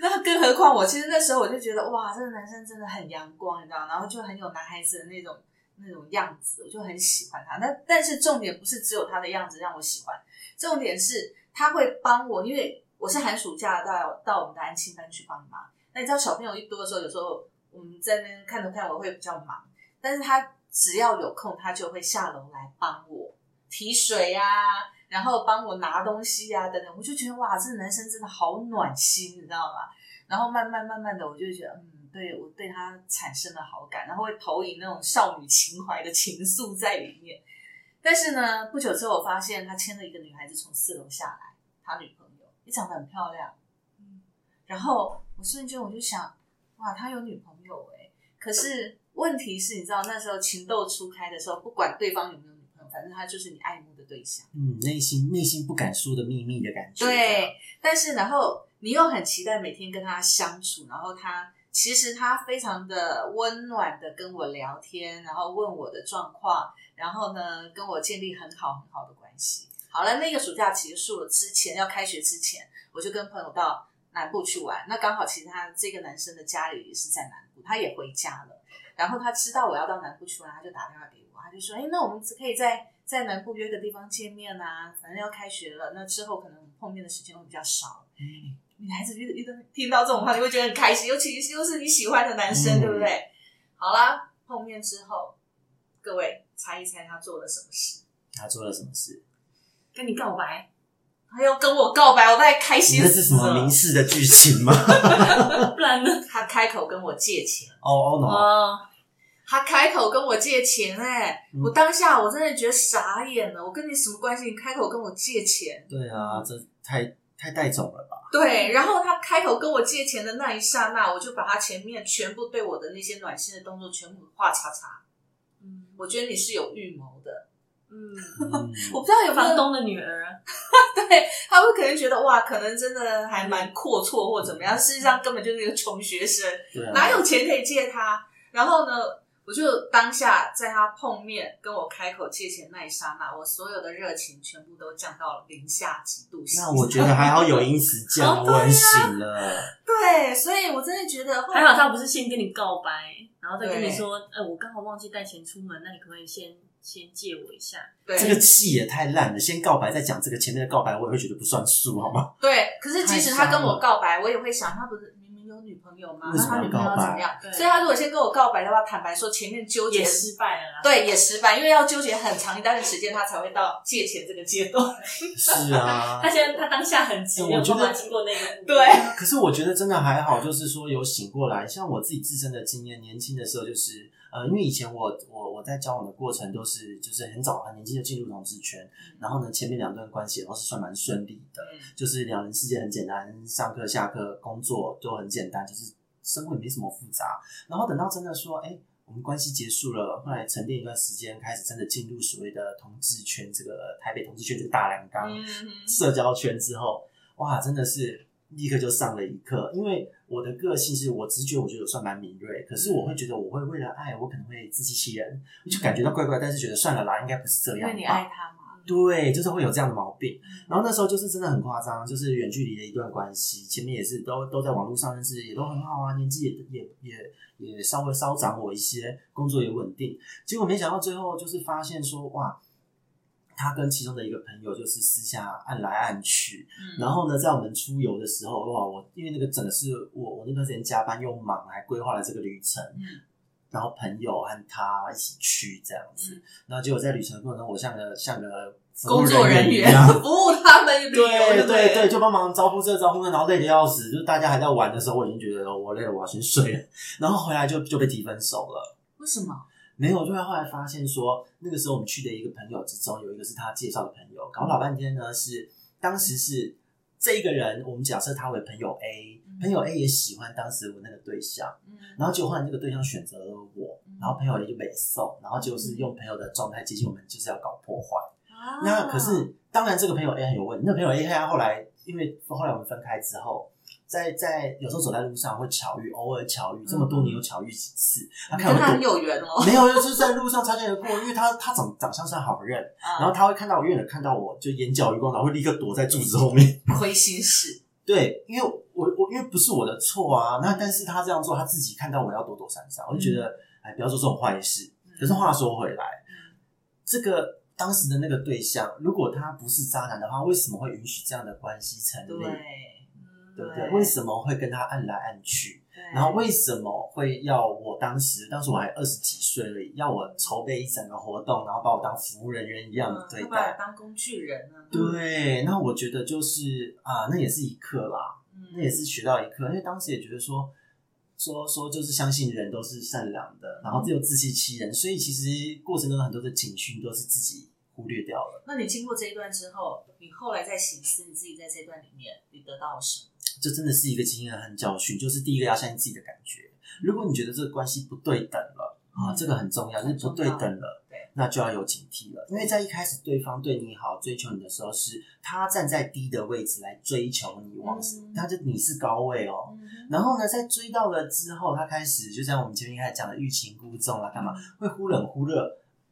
那更何况我其实那时候我就觉得哇，这个男生真的很阳光，你知道，然后就很有男孩子的那种那种样子，我就很喜欢他。那但是重点不是只有他的样子让我喜欢，重点是他会帮我，因为我是寒暑假到到我们的安亲班去帮忙。那你知道小朋友一多的时候，有时候我们在那边看着看我会比较忙，但是他只要有空，他就会下楼来帮我提水啊，然后帮我拿东西啊等等，我就觉得哇，这个男生真的好暖心，你知道吗？然后慢慢慢慢的，我就觉得嗯，对我对他产生了好感，然后会投影那种少女情怀的情愫在里面。但是呢，不久之后我发现他牵了一个女孩子从四楼下来，他女朋友也长得很漂亮，然后我瞬间我就想，哇，他有女朋友哎、可是问题是，你知道那时候情窦初开的时候，不管对方有没有女朋友，反正他就是你爱慕的对象。
嗯，内心内心不敢说的秘密的感觉。啊
对，但是然后你又很期待每天跟他相处，然后他其实他非常的温暖的跟我聊天，然后问我的状况，然后呢跟我建立很好很好的关系。好了，那个暑假结束了之前，要开学之前，我就跟朋友到南部去玩。那刚好，其实他这个男生的家里也是在南部，他也回家了。然后他知道我要到南部去玩，他就打电话给我，他就说：“哎，那我们可以在在南部约个地方见面啊，反正要开学了，那之后可能我们碰面的时间会比较少。”
嗯
女孩子遇遇到听到这种话，你会觉得很开心，尤其又是你喜欢的男生，
嗯
对不对？好啦，碰面之后，各位猜一猜他做了什么事？
他做了什么事？
跟你告 白，
他要跟我告白，我太开
你
心
那是什
死
么
了
明。示的剧情吗？
不然呢？
他开口跟我借钱，
哦哦 no！
哦，
他开口跟我借钱、哎、
嗯
我当下我真的觉得傻眼了。我跟你什么关系？你开口跟我借钱？
对啊，这太太带走了吧？
对，然后他开口跟我借钱的那一刹那，我就把他前面全部对我的那些暖心的动作全部画叉叉。
嗯
我觉得你是有预谋的，
嗯，
嗯，
我不知道有没
房
有
东的女儿，
对，他会可能觉得哇，可能真的还蛮阔绰或怎么样，事实上根本就是一个穷学生，
对啊，
哪有钱可以借他？然后呢，我就当下在他碰面跟我开口借钱那一刹那，我所有的热情全部都降到零下几度 C。
那我觉得还好有因此
哦
降
啊
温醒了，
对，所以我真的觉得后来
还好他不是先跟你告白，然后再跟你
嗯对
说，哎、我刚好忘记带钱出门，那你可不可以先先借我一下？
对
这个气也太烂了。先告白再讲这个，前面的告白我也会觉得不算数，好吗？
对，可是即使他
太
跟
伤
我
了
告白，我也会想，他不是明明有女朋友吗？
为
那
什么
他
要
女朋友
告
怎
白
么样？
对
所以他如果先跟我告白的话，坦白说前面纠结
也失败 了啦。
对也失败，因为要纠结很长一段时间，他才会到借钱这个阶 段。
是啊
他，现在他当下很急，
哎
没有
我觉
办
得
法经过那个。
对，
可是我觉得真的还好，就是说有醒过来。像我自己自身的经验，年轻的时候就是，呃，因为以前我我我在交往的过程都是就是很早很年轻就进入同志圈，然后呢前面两段关系也都是算蛮顺利的，就是两人世界很简单，上课下课工作都很简单，就是生活也没什么复杂。然后等到真的说，哎、我们关系结束了，后来沉淀一段时间，开始真的进入所谓的同志圈，这个台北同志圈这个大染缸，
嗯，
社交圈之后，哇，真的是立刻就上了一课。因为我的个性是我直觉，我觉得我算蛮敏锐，可是我会觉得我会为了爱，我可能会自欺欺人，就感觉到怪怪，但是觉得算了啦，应该不是这
因
样
为你
吧。
爱他嘛。嗯
对，就是会有这样的毛病。然后那时候就是真的很夸张，就是远距离的一段关系，前面也是都都在网络上认识，也都很好啊，年纪也也也也稍微稍长我一些，工作也稳定。结果没想到最后就是发现说，哇，他跟其中的一个朋友就是私下按来按去，
嗯
然后呢，在我们出游的时候，哇，我因为那个整个是我我那段时间加班又忙，还规划了这个旅程，
嗯
然后朋友和他一起去这样子，
嗯
然后结果在旅程的过程中，我像个像个服务
工作人
一
员
样
服务他们旅游，
对
不
对对，
对，
就帮忙招呼这招呼那，然后累得要死。就是大家还在玩的时候，我已经觉得我累了，我要先睡了。然后回来就就被提分手了。
为什么？
没有，就会后来发现说，那个时候我们去的一个朋友之中，有一个是他介绍的朋友，搞老半天呢是当时是这一个人，我们假设他为朋友 A，
嗯
朋友 A 也喜欢当时我那个对象，
嗯
然后结果后来那个对象选择了我
嗯，
然后朋友 A 就被送，然后就是用朋友的状态接近我们，就是要搞破坏。
啊
那可是，当然这个朋友 A 很有问题。那朋友 A 他后来，因为后来我们分开之后，在在有时候走在路上会巧遇，偶尔巧遇，这么
嗯
多年有巧遇几次。他
你
看
跟他
我
很
多，
有缘哦。
没有，就是在路上擦肩而过，因为他他长长相算好认，
啊
然后他会看到我远远地看到我，就眼角余光，然后会立刻躲在柱子后面。
后亏心事，
对，因为我我因为不是我的错啊，那但是他这样做，他自己看到我要躲躲闪闪，我就觉
嗯
得，哎、不要做这种坏事。可是话说回来，这个当时的那个对象，如果他不是渣男的话，为什么会允许这样的关系成立？
对，嗯
对不
对
对？为什么会跟他按来按去？
对
然后为什么会要我当时，当时我还二十几岁而已，要我筹备一整个活动，然后把我当服务人员一样的
嗯
对
他把
待
他？当工具人啊呢？
对，那我觉得就是啊，那也是一课啦。
嗯，
那也是学到一课，因为当时也觉得说，说说就是相信人都是善良的，然后又自欺欺人，所以其实过程中有很多的警讯都是自己忽略掉了。
那你经过这一段之后，你后来再醒思你自己在这段里面，你得到了什么？
这真的是一个经验和教训，就是第一个要相信自己的感觉。如果你觉得这个关系不对等了啊，
嗯
这个很重要，就是不对等了
对，
那就要有警惕了。因为在一开始对方对你好、追求你的时候，是他站在低的位置来追求你往，
嗯
他就你是高位哦，
嗯，
然后呢，在追到了之后，他开始就像我们前面一开始讲的欲擒故纵啊啦，干
嗯
嘛会忽冷忽热，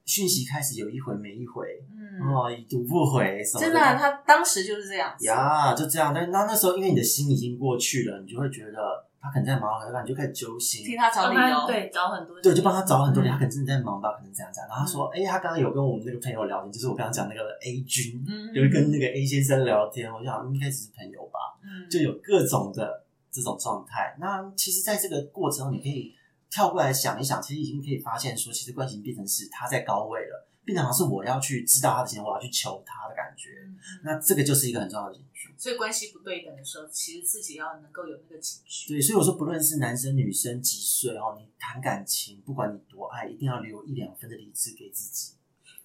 讯息开始有一回没一回，
嗯，
哦，已读不回什么
真
的。
的啊，他当时就是这样子。
呀，就这样。但那那时候，因为你的心已经过去了，你就会觉得他可能在忙，然后你就开始揪心。
听他找
帮
理
他
由，
对找很多，
对，就帮他找很多理
嗯
由，他可能真的在忙吧，可能这样这样。然后他说，哎、他刚刚有跟我们那个朋友聊天，就是我刚刚讲那个 A 君，
嗯
有跟那个 A 先生聊天，我想应该只是朋友吧。
嗯
就有各种的这种状态。那其实，在这个过程中，你可以跳过来想一想，其实已经可以发现说，其实关系变成是他在高位了，变成好像是我要去知道他的情况，我要去求他的感觉。
嗯
那这个就是一个很重要的情绪。
所以关系不对等的时候，其实自己要能够有那个情绪。
对，所以我说，不论是男生女生几岁哦，你谈感情，不管你多爱，一定要留一两分的理智给自己。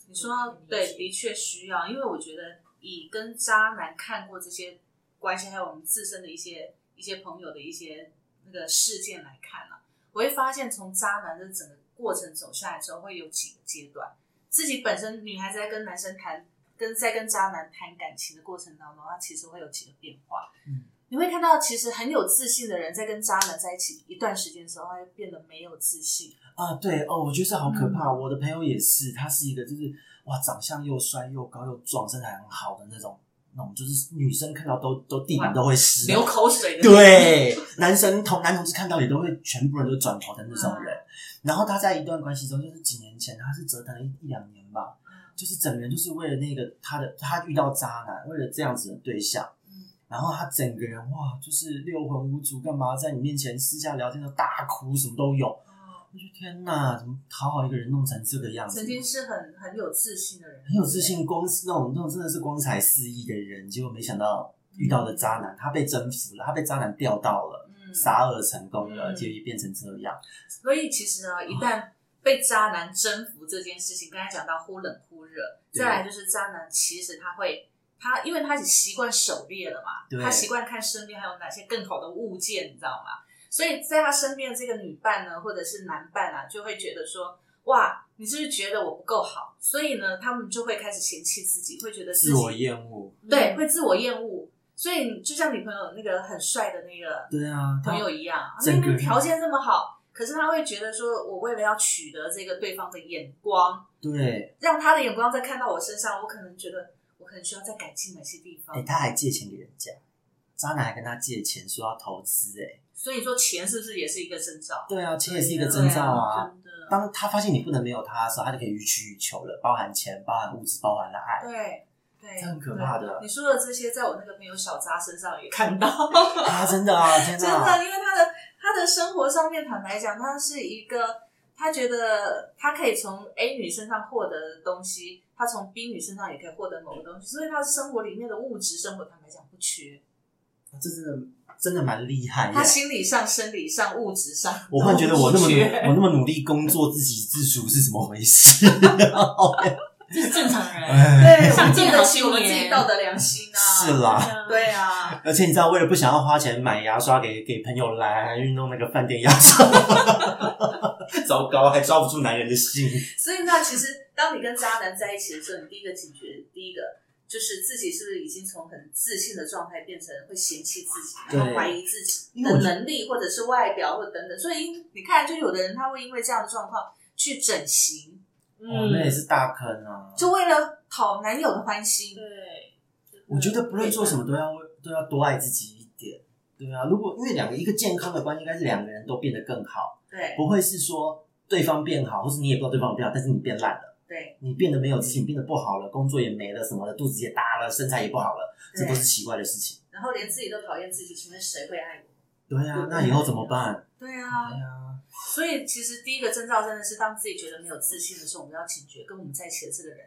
你说到
嗯
对，的确需要，因为我觉得以跟渣男看过这些关系，还有我们自身的一些一些朋友的一些那个事件来看啊，我会发现从渣男的整个过程走下来之后，会有几个阶段。自己本身女孩子在跟男生谈，跟在跟渣男谈感情的过程当中，她其实会有几个变化。
嗯
你会看到其实很有自信的人，在跟渣男在一起一段时间的时候，他会变得没有自信。
啊，对哦，我觉得这好可怕。我的朋友也是，他是一个就是哇，长相又帅又高又壮，身材很好的那种，那种就是女生看到都都地板都会湿的，
流口水 的，，
对，男生同男同志看到也都会全部人都转头的那种人。然后他在一段关系中，就是几年前他是折腾了一一两年吧，就是整个人就是为了那个他的他遇到渣男，为了这样子的对象
嗯，
然后他整个人哇就是六魂无主，干嘛在你面前私下聊天都大哭，什么都有。
嗯
我就天哪，怎么讨好一个人弄成这个样子？
曾经是很很有自信的人，
很有自信，光是那种那种真的是光彩四溢的人，结果没想到遇到的渣男，他被征服了，他被渣男钓到了。
嗯，
撒饵成功了，
嗯
结果也变成这样。
所以其实
啊
呢，一旦被渣男征服这件事情，刚才讲到忽冷忽热，
对
再来就是渣男，其实他会他因为他习惯狩猎了嘛，
对
他习惯看身边还有哪些更好的物件，你知道吗？所以在他身边的这个女伴呢，或者是男伴啊，就会觉得说，哇，你是不是觉得我不够好？所以呢，他们就会开始嫌弃自己，会觉得自
自
己
我厌恶。
对，会自我厌恶。所以你就像你朋友那个很帅的那个
对啊，
朋友一样，啊
整
明
个
明
人
条件这么好，可是他会觉得说，我为了要取得这个对方的眼光，
对，
让他的眼光再看到我身上，我可能觉得我可能需要再改进哪些地方
哎、。他还借钱给人家，渣男还跟他借钱说要投资、哎，
所以说，钱是不是也是一个征兆？
对啊，钱也是一个征兆啊。
真的。
当他发现你不能没有他的时候，他就可以予取予求了，包含钱，包含物质，包含了爱，
对对，
这很可怕的
对你说的这些，在我那个朋友小扎身上也看 到，
啊！真的啊，天
真
哪！
的，因为他的他的生活上面，坦白讲，他是一个他觉得他可以从 A 女身上获得的东西，他从 B 女身上也可以获得某个东西，所以他生活里面的物质生活，坦白讲不缺。
这真的真的蛮厉害耶
他。心理上、生理上、物质上，
嗯我忽然觉得我那么
都不
努
缺
我那么努力工作，自给自足是怎么回事？
这是正常人。
哎，
对，啊我
上
们对
进
得
好
起
青
我们自己
年
道德良心啊。
是，啦。
对啊。
而且你知道，为了不想要花钱买牙刷给给朋友来，还去弄那个饭店牙刷， 糟糕，还抓不住男人的心。
所以那其实当你跟渣男在一起的时候，你第一个警觉，第一个就是自己是不是已经从很自信的状态变成会嫌弃自己，
对
然后怀疑自己
因为
的
我觉
能力或者是外表或等等。所以因你看，就有的人他会因为这样的状况去整形，
嗯
哦，那也是大坑啊！
嗯就为了讨男友的欢心。
对。
我觉得不论做什么都要都要多爱自己一点。对啊，如果因为两个一个健康的关系，应该是两个人都变得更好，
对
不会是说对方变好，或是你也不知道对方变好，但是你变烂了，
对
你变得没有自信，变得不好了，工作也没了，什么的，肚子也大了，身材也不好了，这都是
对，
奇怪的事情。
然后连自己都讨厌自己，请问谁会爱我？
对啊，那以后怎么办？
对
对
啊，
啊。
所以其实第一个征兆真的是，当自己觉得没有自信的时候，我们要警觉，跟我们在一起的这个人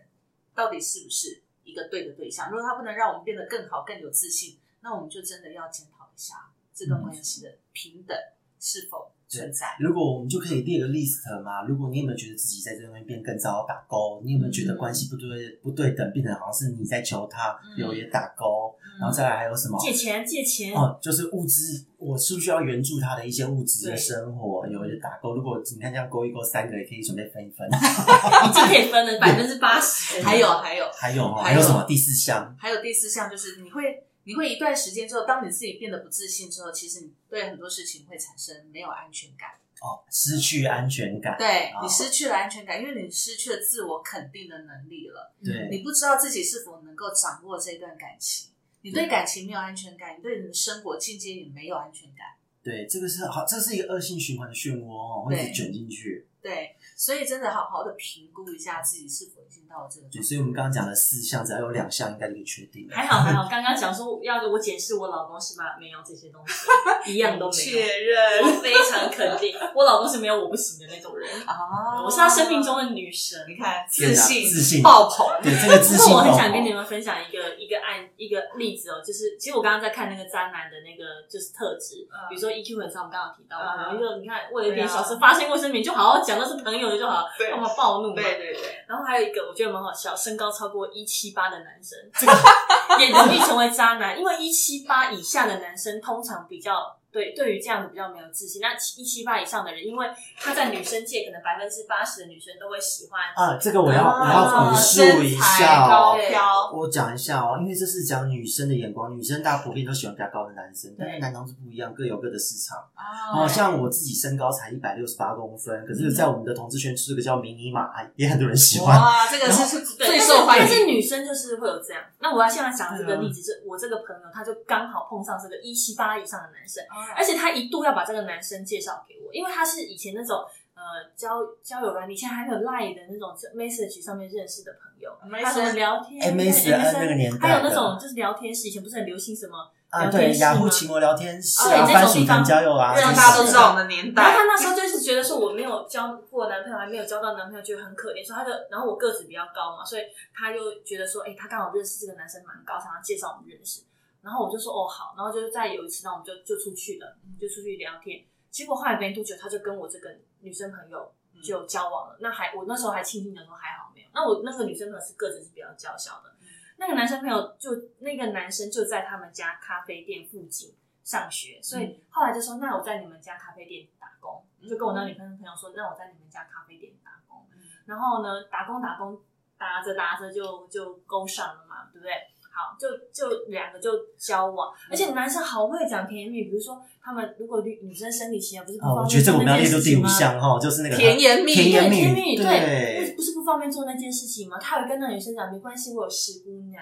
到底是不是一个对的对象。如果他不能让我们变得更好、更有自信，那我们就真的要检讨一下这段关系的平等是否存在。
如果我们就可以列个 list 嘛，如果你有没有觉得自己在这边变更糟，打勾；你有没有觉得关系不对不对等，变成好像是你在求他，
嗯
有也打勾。然后再来还有什么？
借钱借钱，
哦，就是物资，我是不是要援助他的一些物质的
对
生活？有也打勾。如果你看这样勾一勾，三个也可以准备分一分。
已经可以分了百分之八十。
还有还有
还有哦，
还
还
有
有什么第四项？
还有第四项就是，你会你会一段时间之后，当你自己变得不自信之后，其实你对很多事情会产生没有安全感。
哦，失去安全感。
对
哦
你失去了安全感，因为你失去了自我肯定的能力了。
对
你不知道自己是否能够掌握这段感情，你对
对
感情没有安全感，你对你的生活境界也没有安全感。
对，这个是好，这是一个恶性循环的漩涡哦，会一
对
直卷进去。
对，所以真的好好的评估一下自己是否已经到了这个状
对，
态。
所以我们刚刚讲的四项，只要有两项，应该就可以确定了。
还好还好，刚刚讲说要我检视我老公是吗？没有这些东西，一样都没有。
认
我非常肯定，我老公是没有我不行的那种人，
啊！
我是他生命中的女神。
你看
天
自
哪
信
自信
爆棚，
对，这个
不
自 信哦
过我很
爆
想
棚
跟你们分享一个一个案一个例子哦，就是其实我刚刚在看那个渣男的那个就是特质，
嗯
比如说 EQ 很差，我们刚刚有提到嘛，
嗯
然后就你看为了一点
对啊
小事发现卫生棉就好好讲，那是朋友的就好，
对
干嘛暴怒嘛？
对对，
然后还有一个我觉得蛮好笑，身高超过一七八的男生， 这个也容易成为渣男，因为一七八以下的男生通常比较对对于这样子比较没有自信。那一七八以上的人，因为他在女生界可能百分之八十的女生都会喜欢
啊，这个我要、我
啊
要补述一
身
下
材高
哦。
挑，
我讲一下哦，因为这是讲女生的眼光，女生大家普遍都喜欢比较高的男生，但是
对
男同是不一样，各有各的市场。
好
哦，像我自己身高才一百六十八公分，可是，在我们的同志圈，这个叫迷你码，也很多人喜欢。
哇，这个是
对
最受欢
但是
迎。
女生就是会有这样。那我要现在讲这
对啊
个例子，是我这个朋友，他就刚好碰上这个一七八以上的男生，而
而
且他一度要把这个男生介绍给我，因为他是以前那种呃交交友软体，现在还没有 Line 的那种 message 上面认识的朋友，
MSN
他什么聊天
MSN
对 MSN
哎那个年代
还
的
有那种就是聊天室，以前不是很流行什么，
啊，
聊
对
天，室
雅虎
吗
请我聊天室
对
啊，
那种
番薯
地
藤
方
交友啊，
让
让
这
大家
些
都知道我们的年
然后
代
他，那时候就是觉得说我没有交过男朋友，还没有交到男朋友，觉得很可怜。所以他的，然后我个子比较高嘛，所以他又觉得说，哎、他刚好认识这个男生蛮高，想要介绍我们认识。然后我就说哦好，然后就是再有一次，那我们就就出去了，就出去聊天。结果后来没多久，他就跟我这个女生朋友就交往了。那还我那时候还庆幸的说还好没有。那我那个女生朋友是个子是比较娇小的，那个男生朋友就那个男生就在他们家咖啡店附近上学，所以后来就说那我在你们家咖啡店打工，就跟我那女朋友朋友说那我在你们家咖啡店打工，然后呢打工打工打着打着就就勾上了嘛，对不对？好，就就两个就交往，而且男生好会讲甜言蜜语，比如说他们如果女女生生理期啊，不是不
啊，我
方
觉得
便
这
做
我们要
那
列
件
入
事
第
情
五
吗？
项哈，就是那个
甜言蜜
甜
语，
言
对
蜜
甜
语
蜜语，
对
对，不是不方便做那件事情吗？他有跟那女生讲，没关系，我有十姑娘，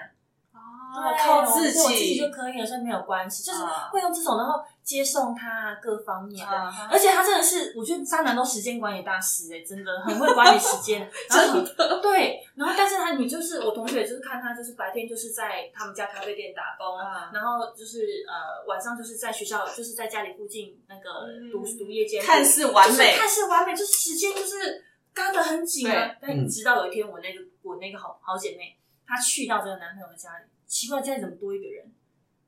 对
对，
哦啊靠
靠
自
自己，我自
己
己就可以了，所以没有关系，就是
啊
会用这种，然后接送他啊各方面的。
啊
而且他真的是，我觉得渣男都时间管理大师哎、真的很会管理时 间。然后很对，然后但是他你就是我同学，就是看他就是白天就是在他们家咖啡店打工，
啊
然后就是呃晚上就是在学校，就是在家里附近那个
嗯
读、读夜间部，
看似完
就
美
是、，看似完美，就是时间就是嘎得很紧啊
对。
但你知道有一天我那个我那个好好姐妹，她去到这个男朋友的家里，奇怪家里怎么多一个人，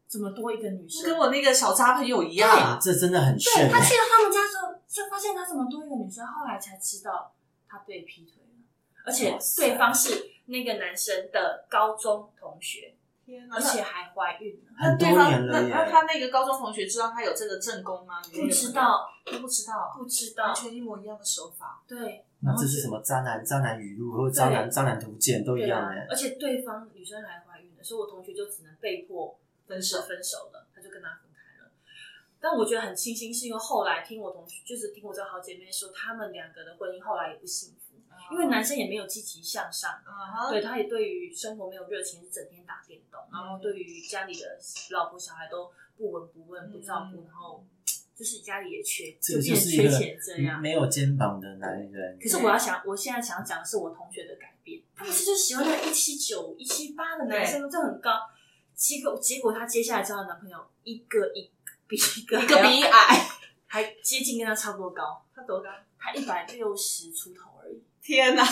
怎么多一个女
就
生？
跟我那个小渣朋友一样
啊
啊，
这真的很
对
炫
她
欸。
去到他们家之后，就发现她怎么多一个女生，后来才知道她被劈腿了，而且
哇塞
对方是那个男生的高中同学，
天哪
而且还怀孕了。
那
很多
对方
年
那
了耶，
那他那个高中同学知道他有这个正宫吗？
不知，道，
都不知道，
不知
嗯完
道，
全一模一样的手法，
对，
那这是什么渣男渣男语录或者渣男渣男图鉴都一
对
样
啊
哎，，
而且对方女生还怀孕了，所以我同学就只能被迫分手，分手了，他就跟他分开了。但我觉得很庆幸，是因为后来听我同学，就是听我这好姐妹说，她们两个的婚姻后来也不幸福，因为男生也没有积极向上，
啊哈
对，他也对于生活没有热情，是整天打电动，然后对于家里的老婆小孩都不闻不问，不照顾，
嗯
然后就是家里也缺，
这
就
个就
变成
是一
缺
个
钱这样。
没有肩膀的男人。
可是我要想，我现在想讲的是我同学的改变，他们是就是喜欢那一七九、一七八的男生，就很高。结果结果她接下来交的男朋友一个一 比一个
一
一
个比一 矮，
还接近跟她差不多高，
他多高？
她一百六十出头而已。
天哪，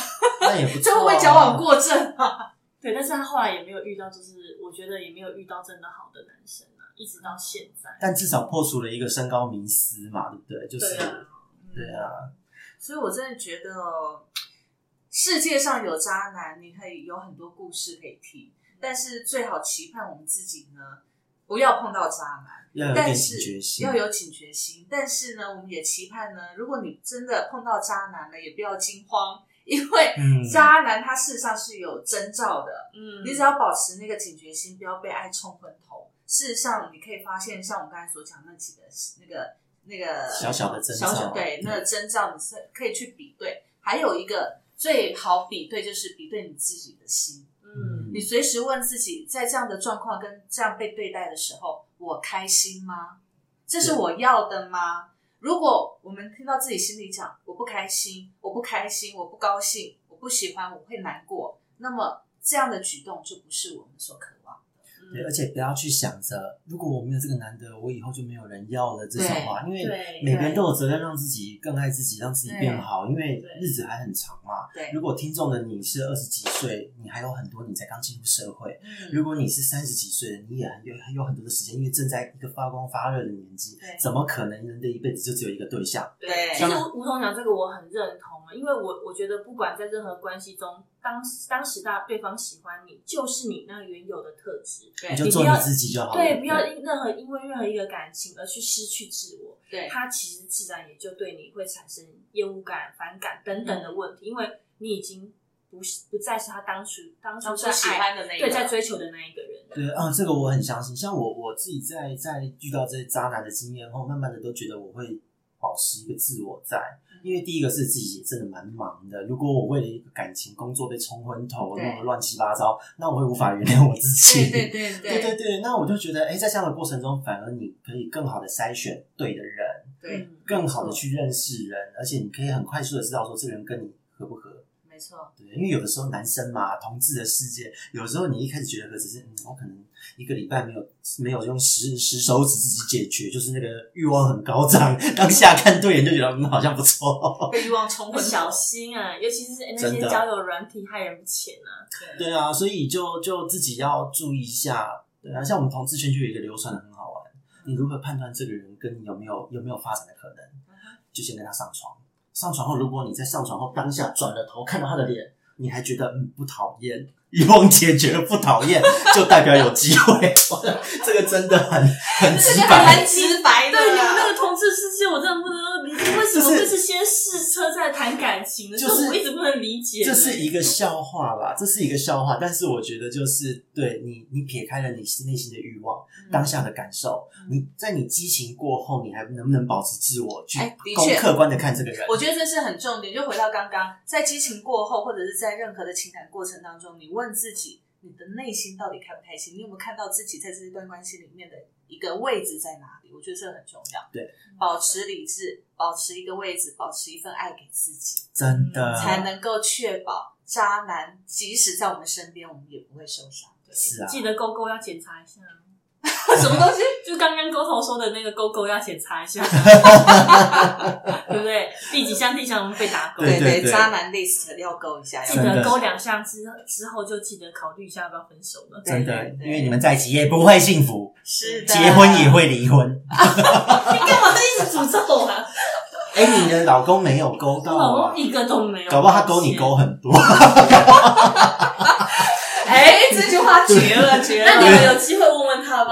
那也不错啊
这会不会矫枉过正啊？
对，但是她后来也没有遇到，就是我觉得也没有遇到真的好的男生啊，一直到现在。
但至少破除了一个身高迷思嘛，对不对？就是
对啊，
对啊，
所以我真的觉得哦世界上有渣男，你可以有很多故事可以听，但是最好期盼我们自己呢，不要碰到渣男，
要有一
但
点警
是
觉性，
要有警觉心。但是呢，我们也期盼呢，如果你真的碰到渣男了，也不要惊慌，因为
嗯
渣男他事实上是有征兆的。
嗯
你只要保持那个警觉心，不要被爱冲昏头。事实上，你可以发现，像我刚才所讲那几个那个那个
小小的征兆
小小对
嗯
那个征兆，你是可以去比对。还有一个最好比对就是比对你自己的心，
嗯，
你随时问自己，在这样的状况跟这样被对待的时候，我开心吗？这是我要的吗？如果我们听到自己心里讲我不开心，我不开心，我不高兴，我不喜欢，我会难过，那么这样的举动就不是我们所渴望的。
对，而且不要去想着，如果我没有这个男的，我以后就没有人要了这种话，因为
对
每个人都有责任让自己更爱自己，让自己变好，因为
对
日子还很长嘛。
对，
如果听众的你是二十几岁，你还有很多，你才刚进入社会；
嗯，
如果你是三十几岁的，你也有有很多的时间，因为正在一个发光发热的年纪
对，
怎么可能人的一辈子就只有一个对象？
对
其实吴吴桐讲这个我很认同啊，因为我我觉得不管在任何关系中，当当时大对方喜欢你，就是你那原有的特质，
对
你就
你
做
不
你
要
自己就好了。
对，不要因任何因为任何一个感情而去失去自我，
对
他其实自然也就对你会产生厌恶感、反感等等的问
嗯
题，因为你已经不是不再是他当初当初
当
在
初喜
爱、
欢的那一个，
对在追求的那一个人了。
对啊，这个我很相信。像我我自己在在遇到这些渣男的经验后，慢慢的都觉得我会保持一个自我在，
嗯
因为第一个是自己也真的蛮忙的。如果我为了一个感情工作被冲昏头，
对
弄得乱七八糟，那我会无法原谅我自己。
对对
对
对
对对那我就觉得，哎，在这样的过程中，反而你可以更好的筛选对的人，
对，
嗯
更好的去认识人，而且你可以很快速的知道说这个人跟你合不合。
没错，
对，因为有的时候男生嘛，同志的世界，有时候你一开始觉得可只是，嗯，我可能一个礼拜没有没有用十十手指自己解决，就是那个欲望很高涨，当下看对眼就觉得嗯好像不错。
被欲望冲昏头
小心啊，尤其是那
真
些
的
交友软体害人不浅啊。
对啊，所以就就自己要注意一下。对啊，像我们同志圈就有一个流传的很好玩，你如何判断这个人跟你有没有有没有发展的可能？就先跟他上床，上床后，如果你在上床后当下转了头看到他的脸，你还觉得嗯不讨厌， 欲望解决了不讨厌，就代表有机会。 这个真的很很直
这个还
白
蛮，直白的
对你们
啦，
那个同志世界，我真的不能理解，为什么
啊就是
这是先试车再谈感情呢？
就
这
是
我一直不能理解呢。欸
这是一个笑话啦，这是一个笑话。但是我觉得就是对你，你撇开了你内心的欲望，
嗯
当下的感受，你在你激情过后，你还能不能保持自我去
哎的
公
确
客观的看这个人？
我觉得这是很重点。就回到刚刚，在激情过后，或者是在任何的情感过程当中，你问自己，你的内心到底开不开心？你有没有看到自己在这段关系里面的一个位置在哪里？我觉得这很重要。嗯
对，
保持理智，保持一个位置，保持一份爱给自己，
真
嗯
的
才能够确保渣男即使在我们身边，我们也不会受伤。
对
是啊
记得勾勾要检查一下。
什么东西？
就刚刚沟头说的那个勾勾要检 查一下，对不对？第几项第几项被打勾，
对对
对
对
渣男 list 要勾一下，要
记
勾一下
真
得
的
勾两项之之后就记得考虑一下要不要分手了。
真的
对对，对
因为你们在一起也不会幸福，
是的，
结婚也会离婚。
你干嘛一直诅咒 我啊？
哎，你的老公没有勾到
老
啊
公？一个都没有，哦
搞不好他勾你勾很多，
哎，这句话绝了，绝
那
啊
了！
你们有机会问问他吗？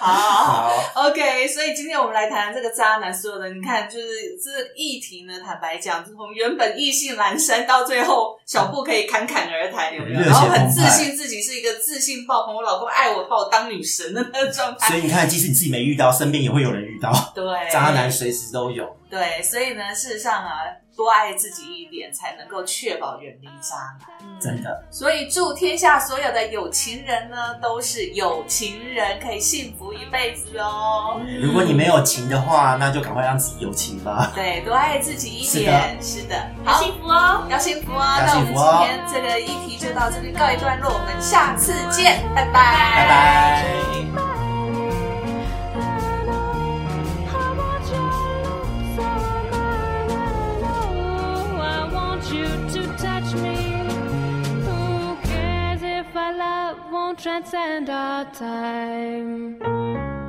好好好。
好，
OK，所以今天我们来谈这个渣男所有的，你看，就是这议题呢，坦白讲，从原本意兴阑珊到最后小布可以侃侃而谈，有没有？
热血
然后很
澎
自
湃
信自己是一个自信爆棚，我老公爱我，把我当女神的那个状态。
所以你看，即使你自己没遇到，身边也会有人遇到，
对，
渣男随时都有。
对，所以呢，事实上啊，多爱自己一点，才能够确保远离渣男。
真的，
所以祝天下所有的有情人呢，都是有情人，可以幸福一辈子哦。
如果你没有情的话，那就赶快让自己有情吧。
对，多爱自己一
是的
点，是的，
好
好。
幸福哦，
要幸福哦！
要
那我
幸
们
福
今
哦
天这个议题就到这边告一段落，我们下次见，拜拜，拜。
拜拜。
I want your love so I I want you to touch me. Who cares if our love won't transcend our time?